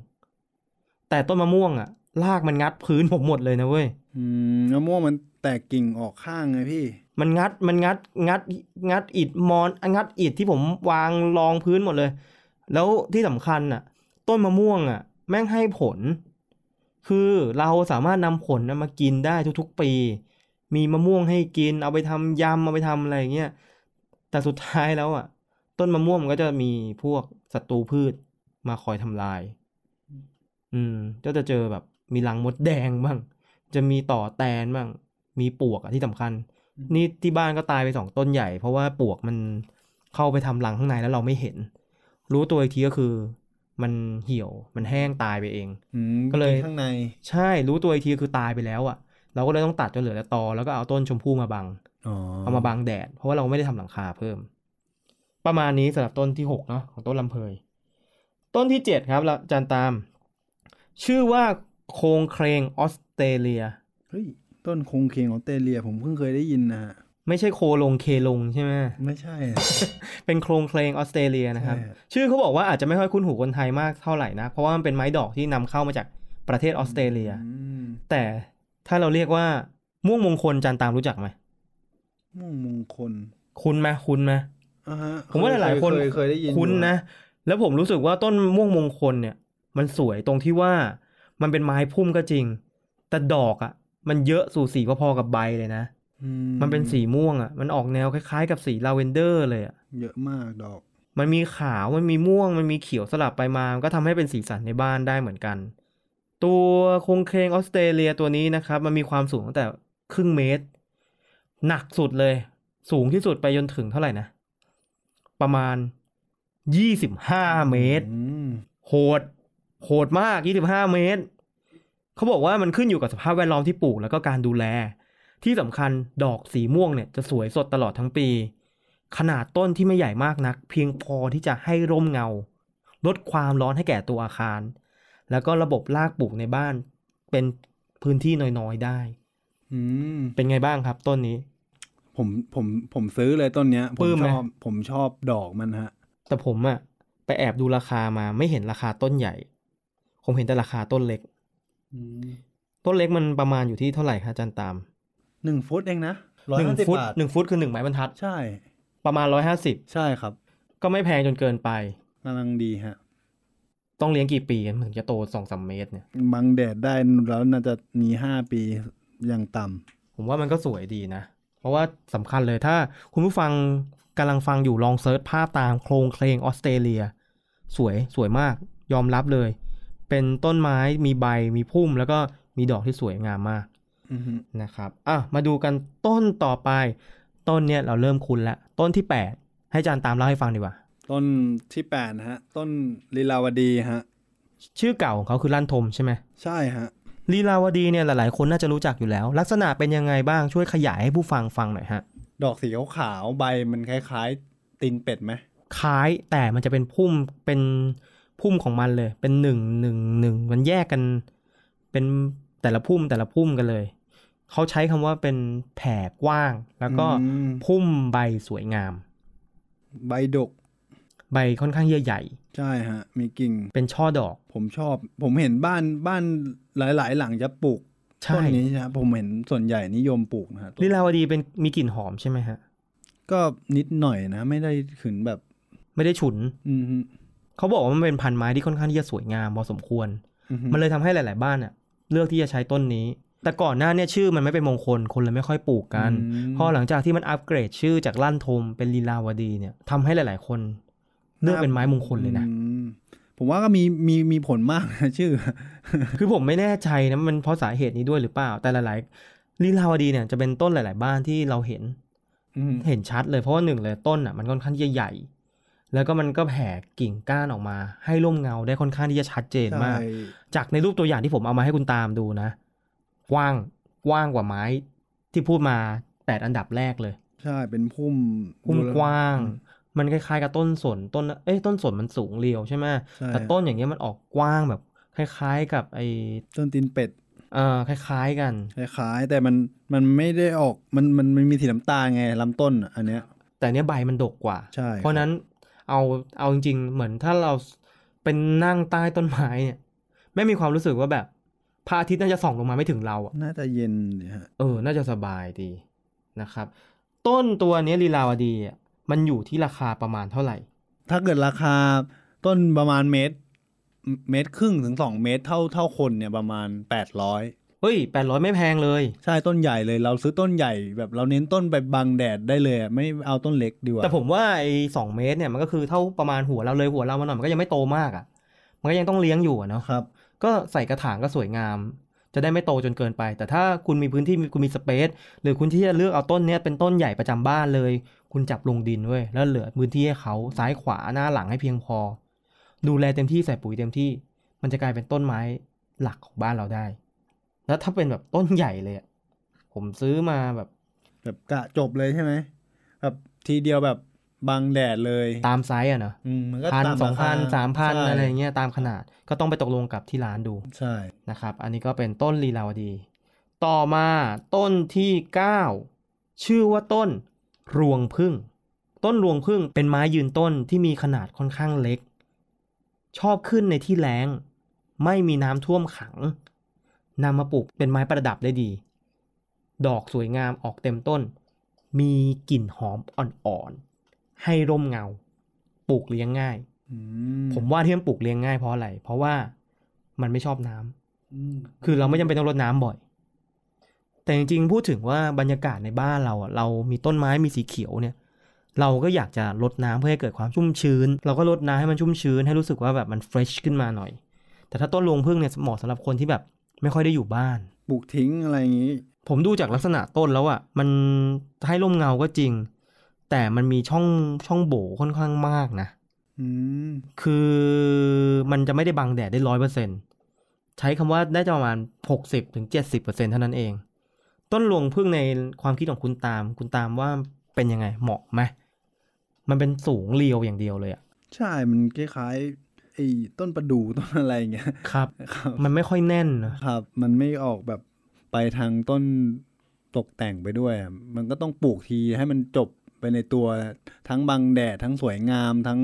[SPEAKER 3] แต่ต้นมะม่วงอ่ะรากมันงัดพื้นผมหมดเลยนะเว้ย
[SPEAKER 2] อืมมะม่วงมันแตกกิ่งออกข้างไงพี่
[SPEAKER 3] มันงัดมันงัดงัดงัดอิดมอนงัดอิดที่ผมวางรองพื้นหมดเลย แล้วที่สำคัญอ่ะ ต้นมะม่วงอ่ะ แม่งให้ผล คือเราสามารถนำผลนะมากินได้ทุกๆปี มีมะม่วงให้กิน เอาไปทำยำเอาไปทำอะไรอย่างเงี้ยแต่สุดท้ายแล้วอ่ะ ต้นมะม่วงมันก็จะมีพวกศัตรูพืชมาคอยทำลาย อืมก็จะเจอแบบมีรังมดแดงบ้าง จะมีต่อแตนบ้าง มีปลวกอะที่สำคัญ นี่ที่บ้านก็ตายไปสองต้นใหญ่ เพราะว่าปลวกมันเข้าไปทำรังข้างในแล้วเราไม่เห็น รู้ตัวอีกทีก็คือ มันเหี่ยวมันแห้งตายไปเอง
[SPEAKER 2] อืม
[SPEAKER 3] ก็เลย
[SPEAKER 2] ข้างใน
[SPEAKER 3] ใช่รู้ตัวอีกทีคือตายไปแล้วอะ่ะ เราก็เลยต้องตัดจนเหลือแต่ตอแล้วก็เอาต้นชมพู่มาบัง
[SPEAKER 2] อ๋อ
[SPEAKER 3] เอามาบังแดด เพราะว่าเราไม่ได้ทำหลังคาเพิ่ม ประมาณนี้สำหรับต้นที่หกเนาะของต้นลำเพย ต้นที่เจ็ดครับละอาจานตาม ชื่อว่าโครงเครงออสเตรเลีย
[SPEAKER 2] เฮ้ยต้นคงเคงของเตรเลีย ผมเพิ่งเคยได้ยินนะฮะ
[SPEAKER 3] ไม่ใช่โคลงเคลงใช่ไหม
[SPEAKER 2] ไม่ใช่อะ
[SPEAKER 3] เป็นโครงเพลงออสเตรเลียนะครับ
[SPEAKER 2] ใช่ครับ
[SPEAKER 3] ชื่อเขาบอกว่าอาจจะไม่ค่อยคุ้นหูคนไทยมากเท่าไหร่นะ เพราะว่ามันเป็นไม้ดอกที่นำเข้ามาจากประเทศออสเตรเลีย
[SPEAKER 2] อืม
[SPEAKER 3] แต่ถ้าเราเรียกว่าม่วงมงคลจันตามรู้จักไหม
[SPEAKER 2] ม่วงมงคล
[SPEAKER 3] คุ้นไหมคุ้นไหม
[SPEAKER 2] อ่าฮะ
[SPEAKER 3] ผมว่าหลายๆคน
[SPEAKER 2] เคยเคยได้ยิน
[SPEAKER 3] คุ้นนะ แล้วผมรู้สึกว่าต้นม่วงมงคลเนี่ย มันสวยตรงที่ว่ามันเป็นไม้พุ่มก็จริง แต่ดอกอะ่ะ มันเยอะสู่สีพอๆกับใบเลยนะ
[SPEAKER 2] อื
[SPEAKER 3] มันเป็นสีม่วงอะ่ะ มันออกแนวคล้ายๆ กับสีลาเวนเดอร์เลยอ่ะ
[SPEAKER 2] เยอะมากดอก
[SPEAKER 3] มันมีขาว มันมีม่วง มันมีเขียวสลับไปมา มันก็ทำให้เป็นสีสันในบ้านได้เหมือนกัน ตัวโครงเครงออสเตรเลียตัวนี้นะครับ มันมีความสูงตั้งแต่ครึ่งเมตร หนักสุดเลย สูงที่สุดไปจนถึงเท่าไหร่นะ ประมาณ 25 เมตร
[SPEAKER 2] อืม
[SPEAKER 3] โหด โหดมาก 25 เมตร เขาบอกว่ามันขึ้นอยู่กับสภาพแวดล้อมที่ปลูกแล้วก็การดูแล ที่สำคัญดอกสีม่วงเนี่ยจะสวยสดตลอดทั้งปี ขนาดต้นที่ไม่ใหญ่มากนัก เพียงพอที่จะให้ร่มเงา ลดความร้อนให้แก่ตัวอาคาร แล้วก็ระบบรากปลูกในบ้าน เป็นพื้นที่น้อยๆได้
[SPEAKER 2] อืม
[SPEAKER 3] เป็นไงบ้างครับต้นนี้
[SPEAKER 2] ผมผมผมซื้อเลยต้นเนี้ยผ
[SPEAKER 3] ปลื้
[SPEAKER 2] ม
[SPEAKER 3] มไห
[SPEAKER 2] ช
[SPEAKER 3] ม
[SPEAKER 2] อบผมชอบดอกมันฮะ
[SPEAKER 3] แต่ผมอะไปแอบดูราคามาไม่เห็นราคาต้นใหญ่ ผมเห็นแต่ราคาต้นเล็ก ต้นเล็กมันประมาณอยู่ที่เท่าไหร่คะอาจารย์ตาม
[SPEAKER 2] หนึ่งฟุตเองนะ
[SPEAKER 3] หนึ่งฟุต
[SPEAKER 2] 150
[SPEAKER 3] หนึ่งฟุตคือหนึ่งไม้บรรทัด
[SPEAKER 2] ใช่
[SPEAKER 3] ประมาณร้อยห้าสิบ
[SPEAKER 2] ใช่ครับ
[SPEAKER 3] ก็ไม่แพงจนเกินไป
[SPEAKER 2] กำลังดีฮะ
[SPEAKER 3] ต้องเลี้ยงกี่ปีถึงจะโตสองสามเมตรเนี่ย
[SPEAKER 2] บังแดดได้แล้วน่าจะมีห้าปีอย่างต่
[SPEAKER 3] ผมว่ามันก็สวยดีนะ เพราะว่าสำคัญเลยถ้าคุณผู้ฟังกำลังฟังอยู่ลองเซิร์ชภาพตามโครงเคลงออสเตรเลีย สวยสวยมากยอมรับเลย เป็นต้นไม้มีใบมีพุ่ม แล้วก็มีดอกที่สวยงามมาก
[SPEAKER 2] ำอือฮึ
[SPEAKER 3] นะครับ อ่ะ มาดูกันต้นต่อไป ต้นเนี่ยเราเริ่มคุ้นละ ต้นที่ 8 ให้อาจารย์ตามเล่าให้ฟังดีกว่า
[SPEAKER 2] ต้นที่แปดนะฮะ ต้นลีลาวดีฮะ
[SPEAKER 3] ชื่อเก่าของเขาคือลั่นทมใช่ไหม
[SPEAKER 2] ใช่ฮะ
[SPEAKER 3] ลีลาวดีเนี่ยหลายๆ คนน่าจะรู้จักอยู่แล้ว ลักษณะเป็นยังไงบ้างช่วยขยายให้ผู้ฟังฟังหน่อยฮะ
[SPEAKER 2] ดอกสีขาวๆใบมันคล้ายๆ ตีนเป็ดไหม
[SPEAKER 3] คล้ายแต่มันจะเป็นพุ่มเป็นพุ่มของมันเลย เป็นหนึ่งหนึ่งหนึ่งมันแยกกัน เป็นแต่ละพุ่มแต่ละพุ่มกันเลย เขาใช้คำว่าเป็นแผ่กว้าง แล้วก็
[SPEAKER 2] อืม
[SPEAKER 3] พุ่มใบสวยงาม
[SPEAKER 2] ใบดก
[SPEAKER 3] ใบค่อนข้างเยื่อใหญ่
[SPEAKER 2] ใช่ฮะ มีกิ่ง
[SPEAKER 3] เป็นช่อดอก
[SPEAKER 2] ผมชอบ ผมเห็นบ้านบ้านหลาย ๆ หลังจะปลูก
[SPEAKER 3] ใช่
[SPEAKER 2] ต้นนี้นะผมเห็นส่วนใหญ่นิยมปลูกนะฮะ
[SPEAKER 3] ลิลาวดีเป็นมีกลิ่นหอมใช่ไหมฮะ
[SPEAKER 2] ก็นิดหน่อยนะ ไม่ได้ถึงแบบ
[SPEAKER 3] ไม่ได้ฉุน
[SPEAKER 2] อืมฮึ
[SPEAKER 3] เขาบอกว่ามันเป็นพันธุ์ไม้ที่ค่อนข้างที่จะสวยงามพอสมควร
[SPEAKER 2] อืฮึ
[SPEAKER 3] มันเลยทำให้หลาย ๆ บ้านอ่ะเลือกที่จะใช้ต้นนี้ แต่ก่อนหน้าเนี่ยชื่อมันไม่เป็นมงคลคนเลยไม่ค่อยปลูกกัน
[SPEAKER 2] อืม
[SPEAKER 3] พอหลังจากที่มันอัปเกรดชื่อจากลั่นทมเป็นลีลาวดีเนี่ยทำให้หลาย ๆ คนเลือกเป็นไม้มงคลเลยนะ
[SPEAKER 2] อืมผมว่าก็มีมีมีผลมากนะ ชื่อ
[SPEAKER 3] คือผมไม่แน่ใจนะมันเพราะสาเหตุนี้ด้วยหรือเปล่า แต่หลาย ๆ ลีลาวดีเนี่ยจะเป็นต้นหลาย ๆ บ้านที่เราเห็น
[SPEAKER 2] อืม
[SPEAKER 3] เห็นชัดเลยเพราะว่าหนึ่งเลยต้นอ่ะมันค่อนข้างที่จะใหญ่ แล้วก็มันก็แผ่กิ่งก้านออกมา ให้ร่มเงาได้ค่อนข้างที่จะชัดเจนมาก
[SPEAKER 2] ใช่
[SPEAKER 3] จากในรูปตัวอย่างที่ผมเอามาให้คุณตามดูนะ กว้างกว้างกว่าไม้ที่พูดมาแปดอันดับแรกเลย
[SPEAKER 2] ใช่เป็นพุ่ม
[SPEAKER 3] พุ่ม
[SPEAKER 2] ดูแล
[SPEAKER 3] กว้าง มันคล้ายๆกับต้นสนต้นเอ้ยต้นสนมันสูงเรียวใช่ไหม
[SPEAKER 2] ใช่
[SPEAKER 3] แต่ต้นอย่างเงี้ยมันออกกว้างแบบ คล้ายๆ กับไอ
[SPEAKER 2] ต้นตีนเป็ด
[SPEAKER 3] เอ่อคล้ายๆกัน
[SPEAKER 2] คล้ายๆแต่มันมันไม่ได้ออกมันมันมันมีสีน้ำตาลไงลำต้นอะอันเนี้ย
[SPEAKER 3] แต่เนี้ยใบมันดกกว่า
[SPEAKER 2] ใช่ครับ
[SPEAKER 3] เพราะนั้นเอาเอาจริงๆ เหมือนถ้าเราเป็นนั่งใต้ต้นไม้เนี่ยไม่มีความรู้สึกว่าแบบพระอาทิตย์น่าจะส่องลงมาไม่ถึงเราอะ
[SPEAKER 2] น่าจะเย็นดีฮะ
[SPEAKER 3] เออ น่าจะสบายดีนะครับ ต้นตัวเนี้ยลีลาวดีอ่ะมันอยู่ที่ราคาประมาณเท่าไหร่
[SPEAKER 2] ถ้าเกิดราคาต้นประมาณเมตร เมตรครึ่งถึงสองเมตรเท่าเท่าคนเนี่ยประมาณแปดร้อย
[SPEAKER 3] เฮ้ยแปดร้อยไม่แพงเลย
[SPEAKER 2] ใช่ต้นใหญ่เลยเราซื้อต้นใหญ่แบบเราเน้นต้นไปบังแดดได้เลยอะไม่เอาต้นเล็กดีกว่า
[SPEAKER 3] แต่ผมว่าไอ้สองเมตรเนี่ยมันก็คือเท่าประมาณหัวเราเลยหัวเรามันหน่อยมันก็ยังไม่โตมากอ่ะ มันก็ยังต้องเลี้ยงอยู่อะเนาะ
[SPEAKER 2] ครับ
[SPEAKER 3] ก็ใส่กระถางก็สวยงาม จะได้ไม่โตจนเกินไป แต่ถ้าคุณมีพื้นที่คุณมีสเปซหรือคุณที่จะเลือกเอาต้นเนี้ยเป็นต้นใหญ่ประจำบ้านเลย คุณจับลงดินเว้ยแล้วเหลือพื้นที่ให้เขาซ้ายขวาหน้าหลังให้เพียงพอ ดูแลเต็มที่ใส่ปุ๋ยเต็มที่ มันจะกลายเป็นต้นไม้หลักของบ้านเราได้ แล้วถ้าเป็นแบบต้นใหญ่เลยอะผมซื้อมาแบบ
[SPEAKER 2] แบบกะจบเลยใช่ไหมแบบทีเดียวแบบบังแดดเลย
[SPEAKER 3] ตามไซส์อะเนาะ
[SPEAKER 2] อืมมันก็
[SPEAKER 3] พัน
[SPEAKER 2] ตาม
[SPEAKER 3] สองพัน
[SPEAKER 2] รค
[SPEAKER 3] สามพัน
[SPEAKER 2] ใช่
[SPEAKER 3] อะไรเงี้ยตามขนาดก็ต้องไปตกลงกับที่ร้านดู
[SPEAKER 2] ใช่
[SPEAKER 3] นะครับ อันนี้ก็เป็นต้นลีลาวดี ต่อมาต้นที่ 9 ชื่อว่าต้นรวงพึ่ง ต้นรวงพึ่งเป็นไม้ยืนต้นที่มีขนาดค่อนข้างเล็ก ชอบขึ้นในที่แล้ง ไม่มีน้ำท่วมขังนำมาปลูกเป็นไม้ประดับได้ดี ดอกสวยงามออกเต็มต้น มีกลิ่นหอมอ่อนๆ ให้ร่มเงา ปลูกเลี้ยงง่าย
[SPEAKER 2] อื
[SPEAKER 3] ผมว่าที่มันปลูกเลี้ยงง่ายเพราะอะไร เพราะว่ามันไม่ชอบน้ำ
[SPEAKER 2] อืม
[SPEAKER 3] คือเราไม่จำเป็นต้องรดน้ำบ่อย แต่จริงๆ พูดถึงว่าบรรยากาศในบ้านเราอ่ะ เรามีต้นไม้มีสีเขียวเนี่ย เราก็อยากจะรดน้ำเพื่อให้เกิดความชุ่มชื้น เราก็รดน้ำให้มันชุ่มชื้น ให้รู้สึกว่าแบบมันเฟรชขึ้นมาหน่อย แต่ถ้าต้นรวงพึ่งเนี่ยเหมาะสำหรับคนที่แบบไม่ค่อยได้อยู่บ้าน
[SPEAKER 2] ปลูกทิ้งอะไรอย่างงี้
[SPEAKER 3] ผมดูจากลักษณะต้นแล้วอ่ะ มันให้ร่มเงาก็จริง แต่มันมีช่องช่องโบค่อนข้างมากนะ
[SPEAKER 2] อืม
[SPEAKER 3] คือมันจะไม่ได้บังแดดได้ร้อยเปอร์เซ็นใช้คำว่าได้จะประมาณหกสิบถึงเจ็ดสิบเปอร์เซ็นเท่านั้นเอง ต้นรวงพึ่งในความคิดของคุณตาม คุณตามว่าเป็นยังไงเหมาะไหมมันเป็นสูงเรียวอย่างเดียวเลยอะ
[SPEAKER 2] ใช่มันคล้ายๆไอ้ต้นประดู่ต้นอะไรอย่างเงี้ย
[SPEAKER 3] ครับ
[SPEAKER 2] ครับ
[SPEAKER 3] มันไม่ค่อยแน่นนะครับ
[SPEAKER 2] มันไม่ออกแบบไปทางต้นตกแต่งไปด้วยอะมันก็ต้องปลูกทีให้มันจบไปในตัว ทั้งบังแดดทั้งสวยงาม ทั้ง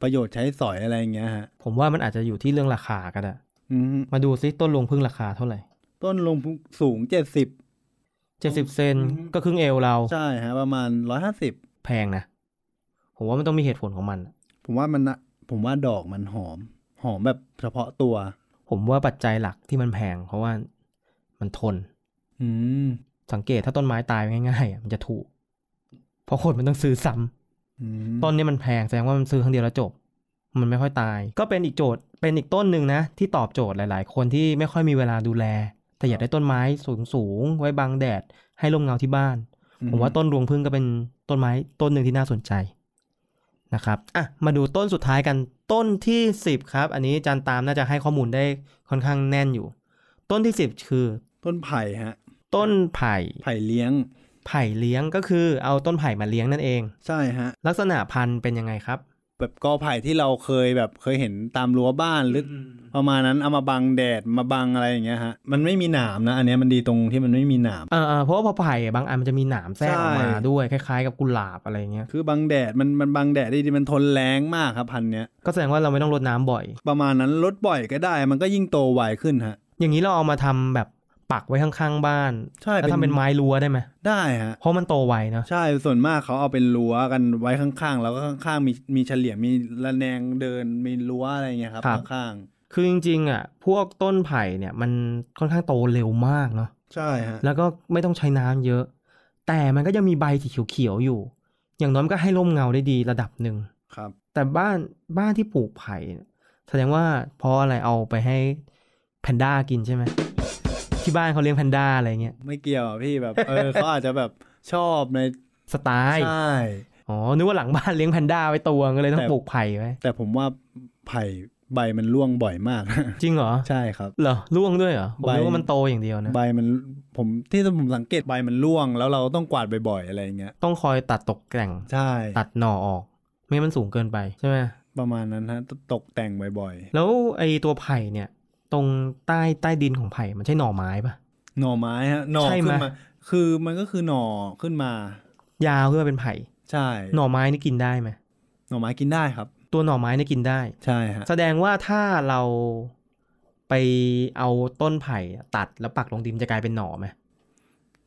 [SPEAKER 2] ประโยชน์ใช้สอยอะไรอย่างเงี้ยฮะ
[SPEAKER 3] ผมว่ามันอาจจะอยู่ที่เรื่องราคาก็ได้
[SPEAKER 2] อืม
[SPEAKER 3] มาดูซิต้นรวงพึ่งราคาเท่าไหร่
[SPEAKER 2] ต้นลงสูงเจ็ดสิบ
[SPEAKER 3] เจ็ดสิบเซน
[SPEAKER 2] อือฮึ
[SPEAKER 3] ก็ครึ่งเอวเรา
[SPEAKER 2] ใช่ฮะ ประมาณร้อยห้าสิบ
[SPEAKER 3] แพงนะ ผมว่ามันต้องมีเหตุผลของมัน
[SPEAKER 2] ผมว่ามันนะผมว่าดอกมันหอม หอมแบบเฉพาะตัว
[SPEAKER 3] ผมว่าปัจจัยหลักที่มันแพง เพราะว่ามันทน
[SPEAKER 2] อืม
[SPEAKER 3] สังเกตถ้าต้นไม้ตายไปง่ายๆอ่ะมันจะถูก เพราะคนมันต้องซื้อซ้ำ
[SPEAKER 2] อืม
[SPEAKER 3] ต้นเนี้มันแพงแสดงว่ามันซื้อครั้งเดียวแล้วจบ มันไม่ค่อยตาย ก็เป็นอีกโจทย์เป็นอีกต้นหนึ่งนะ ที่ตอบโจทย์หลาย ๆ คนที่ไม่ค่อยมีเวลาดูแล แต่อยากได้ต้นไม้สูงๆไว้บังแดด ให้ร่มเงาที่บ้าน ผมว่าต้นรวงพึ่งก็เป็นต้นไม้ต้นหนึ่งที่น่าสนใจนะครับอ่ะมาดูต้นสุดท้ายกันต้นที่ 10 ครับ อันนี้อาจารย์ตามน่าจะให้ข้อมูลได้ค่อนข้างแน่นอยู่ ต้นที่ 10 คือ
[SPEAKER 2] ต้นไผ่ฮะ
[SPEAKER 3] ต้นไผ่
[SPEAKER 2] ไผ่เลี้ยง
[SPEAKER 3] ไผ่เลี้ยงก็คือเอาต้นไผ่มาเลี้ยงนั่นเอง
[SPEAKER 2] ใช่ฮะ
[SPEAKER 3] ลักษณะพันธุ์เป็นยังไงครับ
[SPEAKER 2] แบบกอไผ่ที่เราเคยแบบเคยเห็นตามรั้วบ้านหรืออประมาณนั้นเอามาบังแดดมาบังอะไรอย่างเงี้ยฮะมันไม่มีหนามนะ อันเนี้ยมันดีตรงที่มันไม่มีหนาม
[SPEAKER 3] เออเออเพราะว่าพอไผ่อะบางอันมันจะมีหนามแทรกออกมา
[SPEAKER 2] ใช่
[SPEAKER 3] ด้วยคล้ายๆกับกุหลาบอะไรเงี้ย
[SPEAKER 2] คือบังแดดมันมันบังแดดได้ดีมันทนแรงมากครับพันธุ์เนี้ย
[SPEAKER 3] ก็แสดงว่าเราไม่ต้องรดน้ำบ่อย
[SPEAKER 2] ประมาณนั้นลดบ่อยก็ได้ มันก็ยิ่งโตไวขึ้นฮะ
[SPEAKER 3] อย่างนี้เราเอามาทำแบบปักไว้ข้างๆบ้าน
[SPEAKER 2] ใช่
[SPEAKER 3] แล้ว
[SPEAKER 2] เป็น
[SPEAKER 3] ทำเป็นไม้รั้วได้ไหม
[SPEAKER 2] ได้ฮะ
[SPEAKER 3] เพราะมันโตไวเนาะ
[SPEAKER 2] ใช่ส่วนมากเขาเอาเป็นรั้วกันไว้ข้างๆ แล้วก็ข้างๆมีมีเฉลี่ยมมีระแนงเดินมีรั้วอะไรอย่างเงี้ยครับข้าง
[SPEAKER 3] คือจริงๆอ่ะพวกต้นไผ่เนี่ยมันค่อนข้างโตเร็วมากเนาะ
[SPEAKER 2] ๆใช่ฮะ
[SPEAKER 3] แล้วก็ไม่ต้องใช้น้ำเยอะ แต่มันก็ยังมีใบสีเขียวๆอยู่ อย่างน้อยมันก็ให้ร่มเงาได้ดีระดับหนึ่ง
[SPEAKER 2] ครับ
[SPEAKER 3] แต่บ้านบ้านที่ปลูกไผ่เนี่ยแสดงว่าเพราะอะไรเอาไปให้แพนด้ากินใช่ไหมที่บ้านเขาเลี้ยงแพนด้าอะไรเงี้ย
[SPEAKER 2] ไม่เกี่ยวอะพี่แบบเออ เขาอาจจะแบบชอบใน
[SPEAKER 3] สไต
[SPEAKER 2] ใช่
[SPEAKER 3] ล์อ๋อนึกว่าหลังบ้านเลี้ยงแพนด้าไว้ตัวก็เลยต้อง
[SPEAKER 2] แต่
[SPEAKER 3] ปลูกไผ่ไว้
[SPEAKER 2] แต่ผมว่าไผ่ใบมันร่วงบ่อยมาก
[SPEAKER 3] จริงเหรอ
[SPEAKER 2] ใช่ครับ
[SPEAKER 3] เหรอร่วงด้วยเหรอผม
[SPEAKER 2] ใบ
[SPEAKER 3] นึกว่ามันโตอย่างเดียวนะ
[SPEAKER 2] ใบมันผมที่ผมสังเกตใบมันร่วง แล้วเราต้องกวาดบ่อยๆอะไรอย่างเงี้ย
[SPEAKER 3] ต้องคอยตัดตกแต่ง
[SPEAKER 2] ใช่
[SPEAKER 3] ตัดหน่อออก ไม่งั้นมันสูงเกินไปใช่ไหม
[SPEAKER 2] ประมาณนั้นฮะตตกแต่งบ่อย
[SPEAKER 3] แล้วไอ้ตัวไผ่เนี่ย ตรงใต้ใต้ดินของไผ่มันใช่หน่อไม้ปะ
[SPEAKER 2] ๆ หน่อไม้ฮะหน่อ
[SPEAKER 3] ใช่ไหม
[SPEAKER 2] ขึ้นมาคือมันก็คือหน่อขึ้นมา
[SPEAKER 3] ยาวขึ้นมาเป็นไผ่
[SPEAKER 2] ใช่
[SPEAKER 3] หน่อไม้นี่กินได้ไหม
[SPEAKER 2] หน่อไม้กินได้ครับ
[SPEAKER 3] ตัวหน่อไม้นี่กินได้
[SPEAKER 2] ใช่ฮะ
[SPEAKER 3] แสดงว่าถ้าเราไปเอาต้นไผ่ตัดแล้วปักลงดินจะกลายเป็นหน่อไหม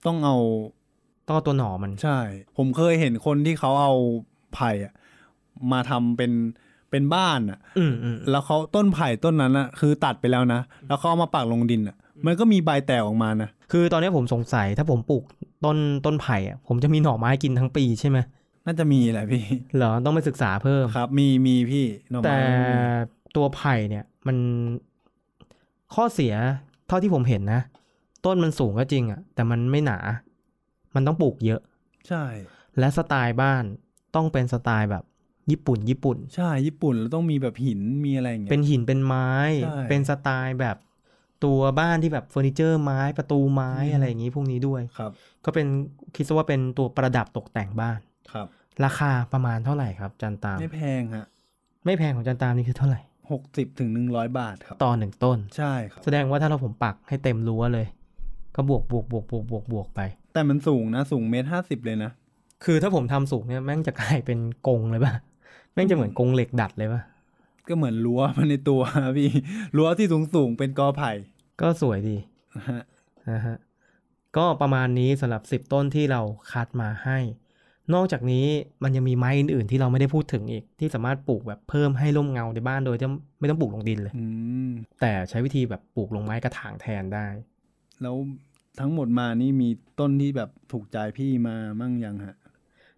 [SPEAKER 2] ต้องเอา
[SPEAKER 3] ต้องเอาตัวหน่อมัน
[SPEAKER 2] ใช่ ผมเคยเห็นคนที่เขาเอาไผ่อะมาทำเป็นเป็นบ้านอะ
[SPEAKER 3] อืมอืม
[SPEAKER 2] แล้วเขาต้นไผ่ต้นนั้นอะคือตัดไปแล้วนะ แล้วเขาเอามาปักลงดินอะมันก็มีใบแตกออกมานะ
[SPEAKER 3] คือตอนนี้ผมสงสัยถ้าผมปลูกต้นต้นไผ่อะผมจะมีหน่อไม้กินทั้งปีใช่ไหม
[SPEAKER 2] น่าจะมีแหละพี่
[SPEAKER 3] เหรอต้องไปศึกษาเพิ่ม
[SPEAKER 2] ครับ มีมีพี่หน่อไม้
[SPEAKER 3] แต่ตัวไผ่เนี่ยมันข้อเสียเท่าที่ผมเห็นนะ ต้นมันสูงก็จริงอะแต่มันไม่หนา มันต้องปลูกเยอะ
[SPEAKER 2] ใช่
[SPEAKER 3] และสไตล์บ้านต้องเป็นสไตล์แบบญี่ปุ่น ญี่ปุ่น
[SPEAKER 2] ใช่ญี่ปุ่นแล้วต้องมีแบบหินมีอะไรอย่างเงี้ย
[SPEAKER 3] เป็นหินเป็นไม้
[SPEAKER 2] ใช่
[SPEAKER 3] เป็นสไตล์แบบตัวบ้านที่แบบเฟอร์นิเจอร์ไม้ประตูไม้อะไรอย่างนี้พวกนี้ด้วย
[SPEAKER 2] ครับ
[SPEAKER 3] ก็เป็นคิดซะว่าเป็นตัวประดับตกแต่งบ้าน
[SPEAKER 2] ครับ
[SPEAKER 3] ราคาประมาณเท่าไหร่ครับจันตาม
[SPEAKER 2] ไม่แพงฮะ
[SPEAKER 3] ไม่แพงของจันตามนี่คือเท่าไหร่
[SPEAKER 2] หกสิบถึงหนึ่งร้อยบาทครับ
[SPEAKER 3] ต่อหนึ่งต้น
[SPEAKER 2] ใช่ครับ
[SPEAKER 3] แสดงว่าถ้าเราผมปักให้เต็มรั้วเลย ก็บวกบวกบวกบวกบวกบวกไป
[SPEAKER 2] แต่มันสูงนะ สูงเมตรห้าสิบเลยนะ
[SPEAKER 3] คือถ้าผมทำสูงเนี่ยแม่งจะกลายเป็นกรงเลยป่ะแม่งจะเหมือนกรงเหล็กดัดเลยป่ะ
[SPEAKER 2] ก็เหมือนรั้วมันในตัวพี่ รั้วที่สูงสูงๆเป็นกอไผ่
[SPEAKER 3] ก็สวยดี
[SPEAKER 2] นะฮะ
[SPEAKER 3] นะฮะก็ประมาณนี้สำหรับ 10 ต้นที่เราคัดมาให้ นอกจากนี้มันยังมีไม้อื่นๆ ที่เราไม่ได้พูดถึงอีก ที่สามารถปลูกแบบเพิ่มให้ร่มเงาในบ้านโดยที่ไม่ต้องปลูกลงดินเลย
[SPEAKER 2] อืม
[SPEAKER 3] แต่ใช้วิธีแบบปลูกลงไม้กระถางแทนได้
[SPEAKER 2] แล้วทั้งหมดมานี่มีต้นที่แบบถูกใจพี่มามั่งยังฮะ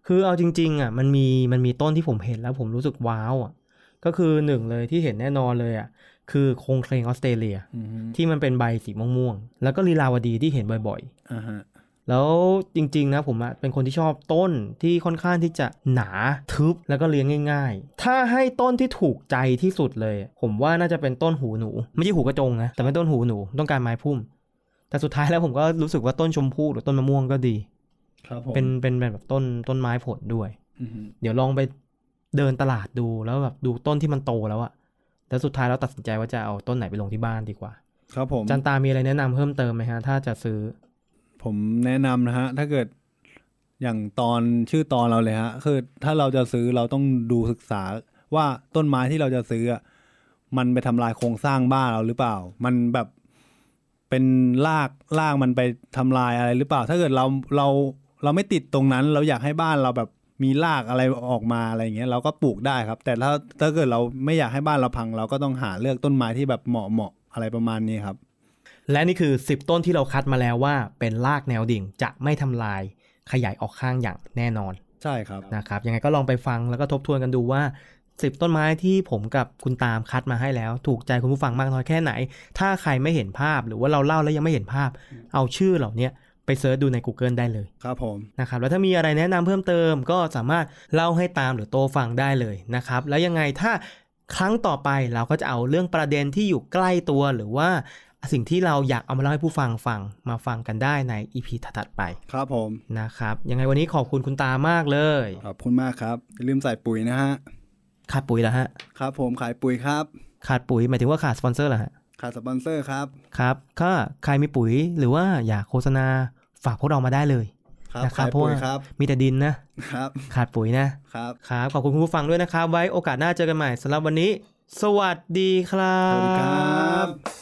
[SPEAKER 3] คือเอาจริงๆอ่ะมันมีมันมีต้นที่ผมเห็นแล้วผมรู้สึกว้าวอ่ะก็คือหนึ่งเลยที่เห็นแน่นอนเลยอ่ะคือโครงเคลงออสเตรเลีย
[SPEAKER 2] อืม
[SPEAKER 3] ที่มันเป็นใบสีม่วงๆแล้วก็ลีลาวดีที่เห็นบ่อยๆ
[SPEAKER 2] อ่าฮะ
[SPEAKER 3] แล้วจริงๆนะผมอะเป็นคนที่ชอบต้นที่ค่อนข้างที่จะหนาทึบแล้วก็เลี้ยงง่าย ๆ ถ้าให้ต้นที่ถูกใจที่สุดเลย ผมว่าน่าจะเป็นต้นหูหนู ไม่ใช่หูกระจงนะแต่เป็นต้นหูหนูต้องการไม้พุ่ม แต่สุดท้ายแล้วผมก็รู้สึกว่าต้นชมพู่หรือต้นมะม่วงก็ดี
[SPEAKER 2] ครับผม
[SPEAKER 3] เป็นเป็นแบบต้นต้นไม้ผลด้วย
[SPEAKER 2] อือฮึ
[SPEAKER 3] เดี๋ยวลองไปเดินตลาดดูแล้วแบบดูต้นที่มันโตแล้วอะแล้วสุดท้ายเราตัดสินใจว่าจะเอาต้นไหนไปลงที่บ้านดีกว่า
[SPEAKER 2] ครับผม
[SPEAKER 3] จันตามีอะไรแนะนำเพิ่มเติมไหมฮะ ถ้าจะซื้อ
[SPEAKER 2] ผมแนะนำนะฮะ ถ้าเกิดอย่างตอนชื่อตอนเราเลยฮะ คือถ้าเราจะซื้อเราต้องดูศึกษาว่าต้นไม้ที่เราจะซื้ออะมันไปทำลายโครงสร้างบ้านเราหรือเปล่า มันแบบเป็นรากรากมันไปทำลายอะไรหรือเปล่า ถ้าเกิดเราเราเราไม่ติดตรงนั้น เราอยากให้บ้านเราแบบมีรากอะไรออกมาอะไรอย่างเงี้ยเราก็ปลูกได้ครับ แต่ถ้าถ้าเกิดเราไม่อยากให้บ้านเราพัง เราก็ต้องหาเลือกต้นไม้ที่แบบเหมาะเหมาะอะไรประมาณนี้ครับ
[SPEAKER 3] และนี่คือ 10 ต้นที่เราคัดมาแล้วว่าเป็นรากแนวดิ่งจะไม่ทำลายขยายออกข้างอย่างแน่นอน
[SPEAKER 2] ใช่ครับ
[SPEAKER 3] นะครับยังไงก็ลองไปฟังแล้วก็ทบทวนกันดูว่า 10 ต้นไม้ที่ผมกับคุณตามคัดมาให้แล้ว ถูกใจคุณผู้ฟังมากน้อยแค่ไหน ถ้าใครไม่เห็นภาพหรือว่าเราเล่าแล้วยังไม่เห็นภาพ เอาชื่อเหล่าเนี้ยไปเสิร์ชดูใน Google ได้เลย
[SPEAKER 2] ครับผม
[SPEAKER 3] นะครับแล้วถ้ามีอะไรแนะนำเพิ่มเติมก็สามารถเล่าให้ตามหรือโตฟังได้เลยนะครับ แล้วยังไงถ้าครั้งต่อไปเราก็จะเอาเรื่องประเด็นที่อยู่ใกล้ตัวหรือว่าสิ่งที่เราอยากเอามาเล่าให้ผู้ฟังฟังมาฟังกันได้ใน EP ถัดๆไป
[SPEAKER 2] ครับผม
[SPEAKER 3] นะครับยังไงวันนี้ขอบคุณคุณตามากเลย
[SPEAKER 2] ขอบคุณมากครับ อย่าลืมใส่ปุ๋ยนะฮะ
[SPEAKER 3] ขาดปุ๋ยแล้วฮะ
[SPEAKER 2] ครับ ผมขายปุ๋ยครับ
[SPEAKER 3] ขาดปุ๋ยหมายถึงว่าขาดสปอนเซอร์เหรอฮะ
[SPEAKER 2] ขาดสปอนเซอร์ครับ
[SPEAKER 3] ครับก็ใครมีปุ๋ยหรือว่าอยากโฆษณาฝากพวกเรามาได้เลย
[SPEAKER 2] ครับ
[SPEAKER 3] นะครับ
[SPEAKER 2] ขาย
[SPEAKER 3] เพราะ
[SPEAKER 2] ปุ๋ย
[SPEAKER 3] ว่า
[SPEAKER 2] ครับ
[SPEAKER 3] มีแต่ดินนะ
[SPEAKER 2] ครับ
[SPEAKER 3] ขาดปุ๋ยนะ
[SPEAKER 2] ครับ
[SPEAKER 3] ครับ ขอบคุณคุณผู้ฟังด้วยนะครับ ไว้โอกาสหน้าเจอกันใหม่สำหรับวันนี้ สวัสดีครั
[SPEAKER 2] สวัสดีครับ บ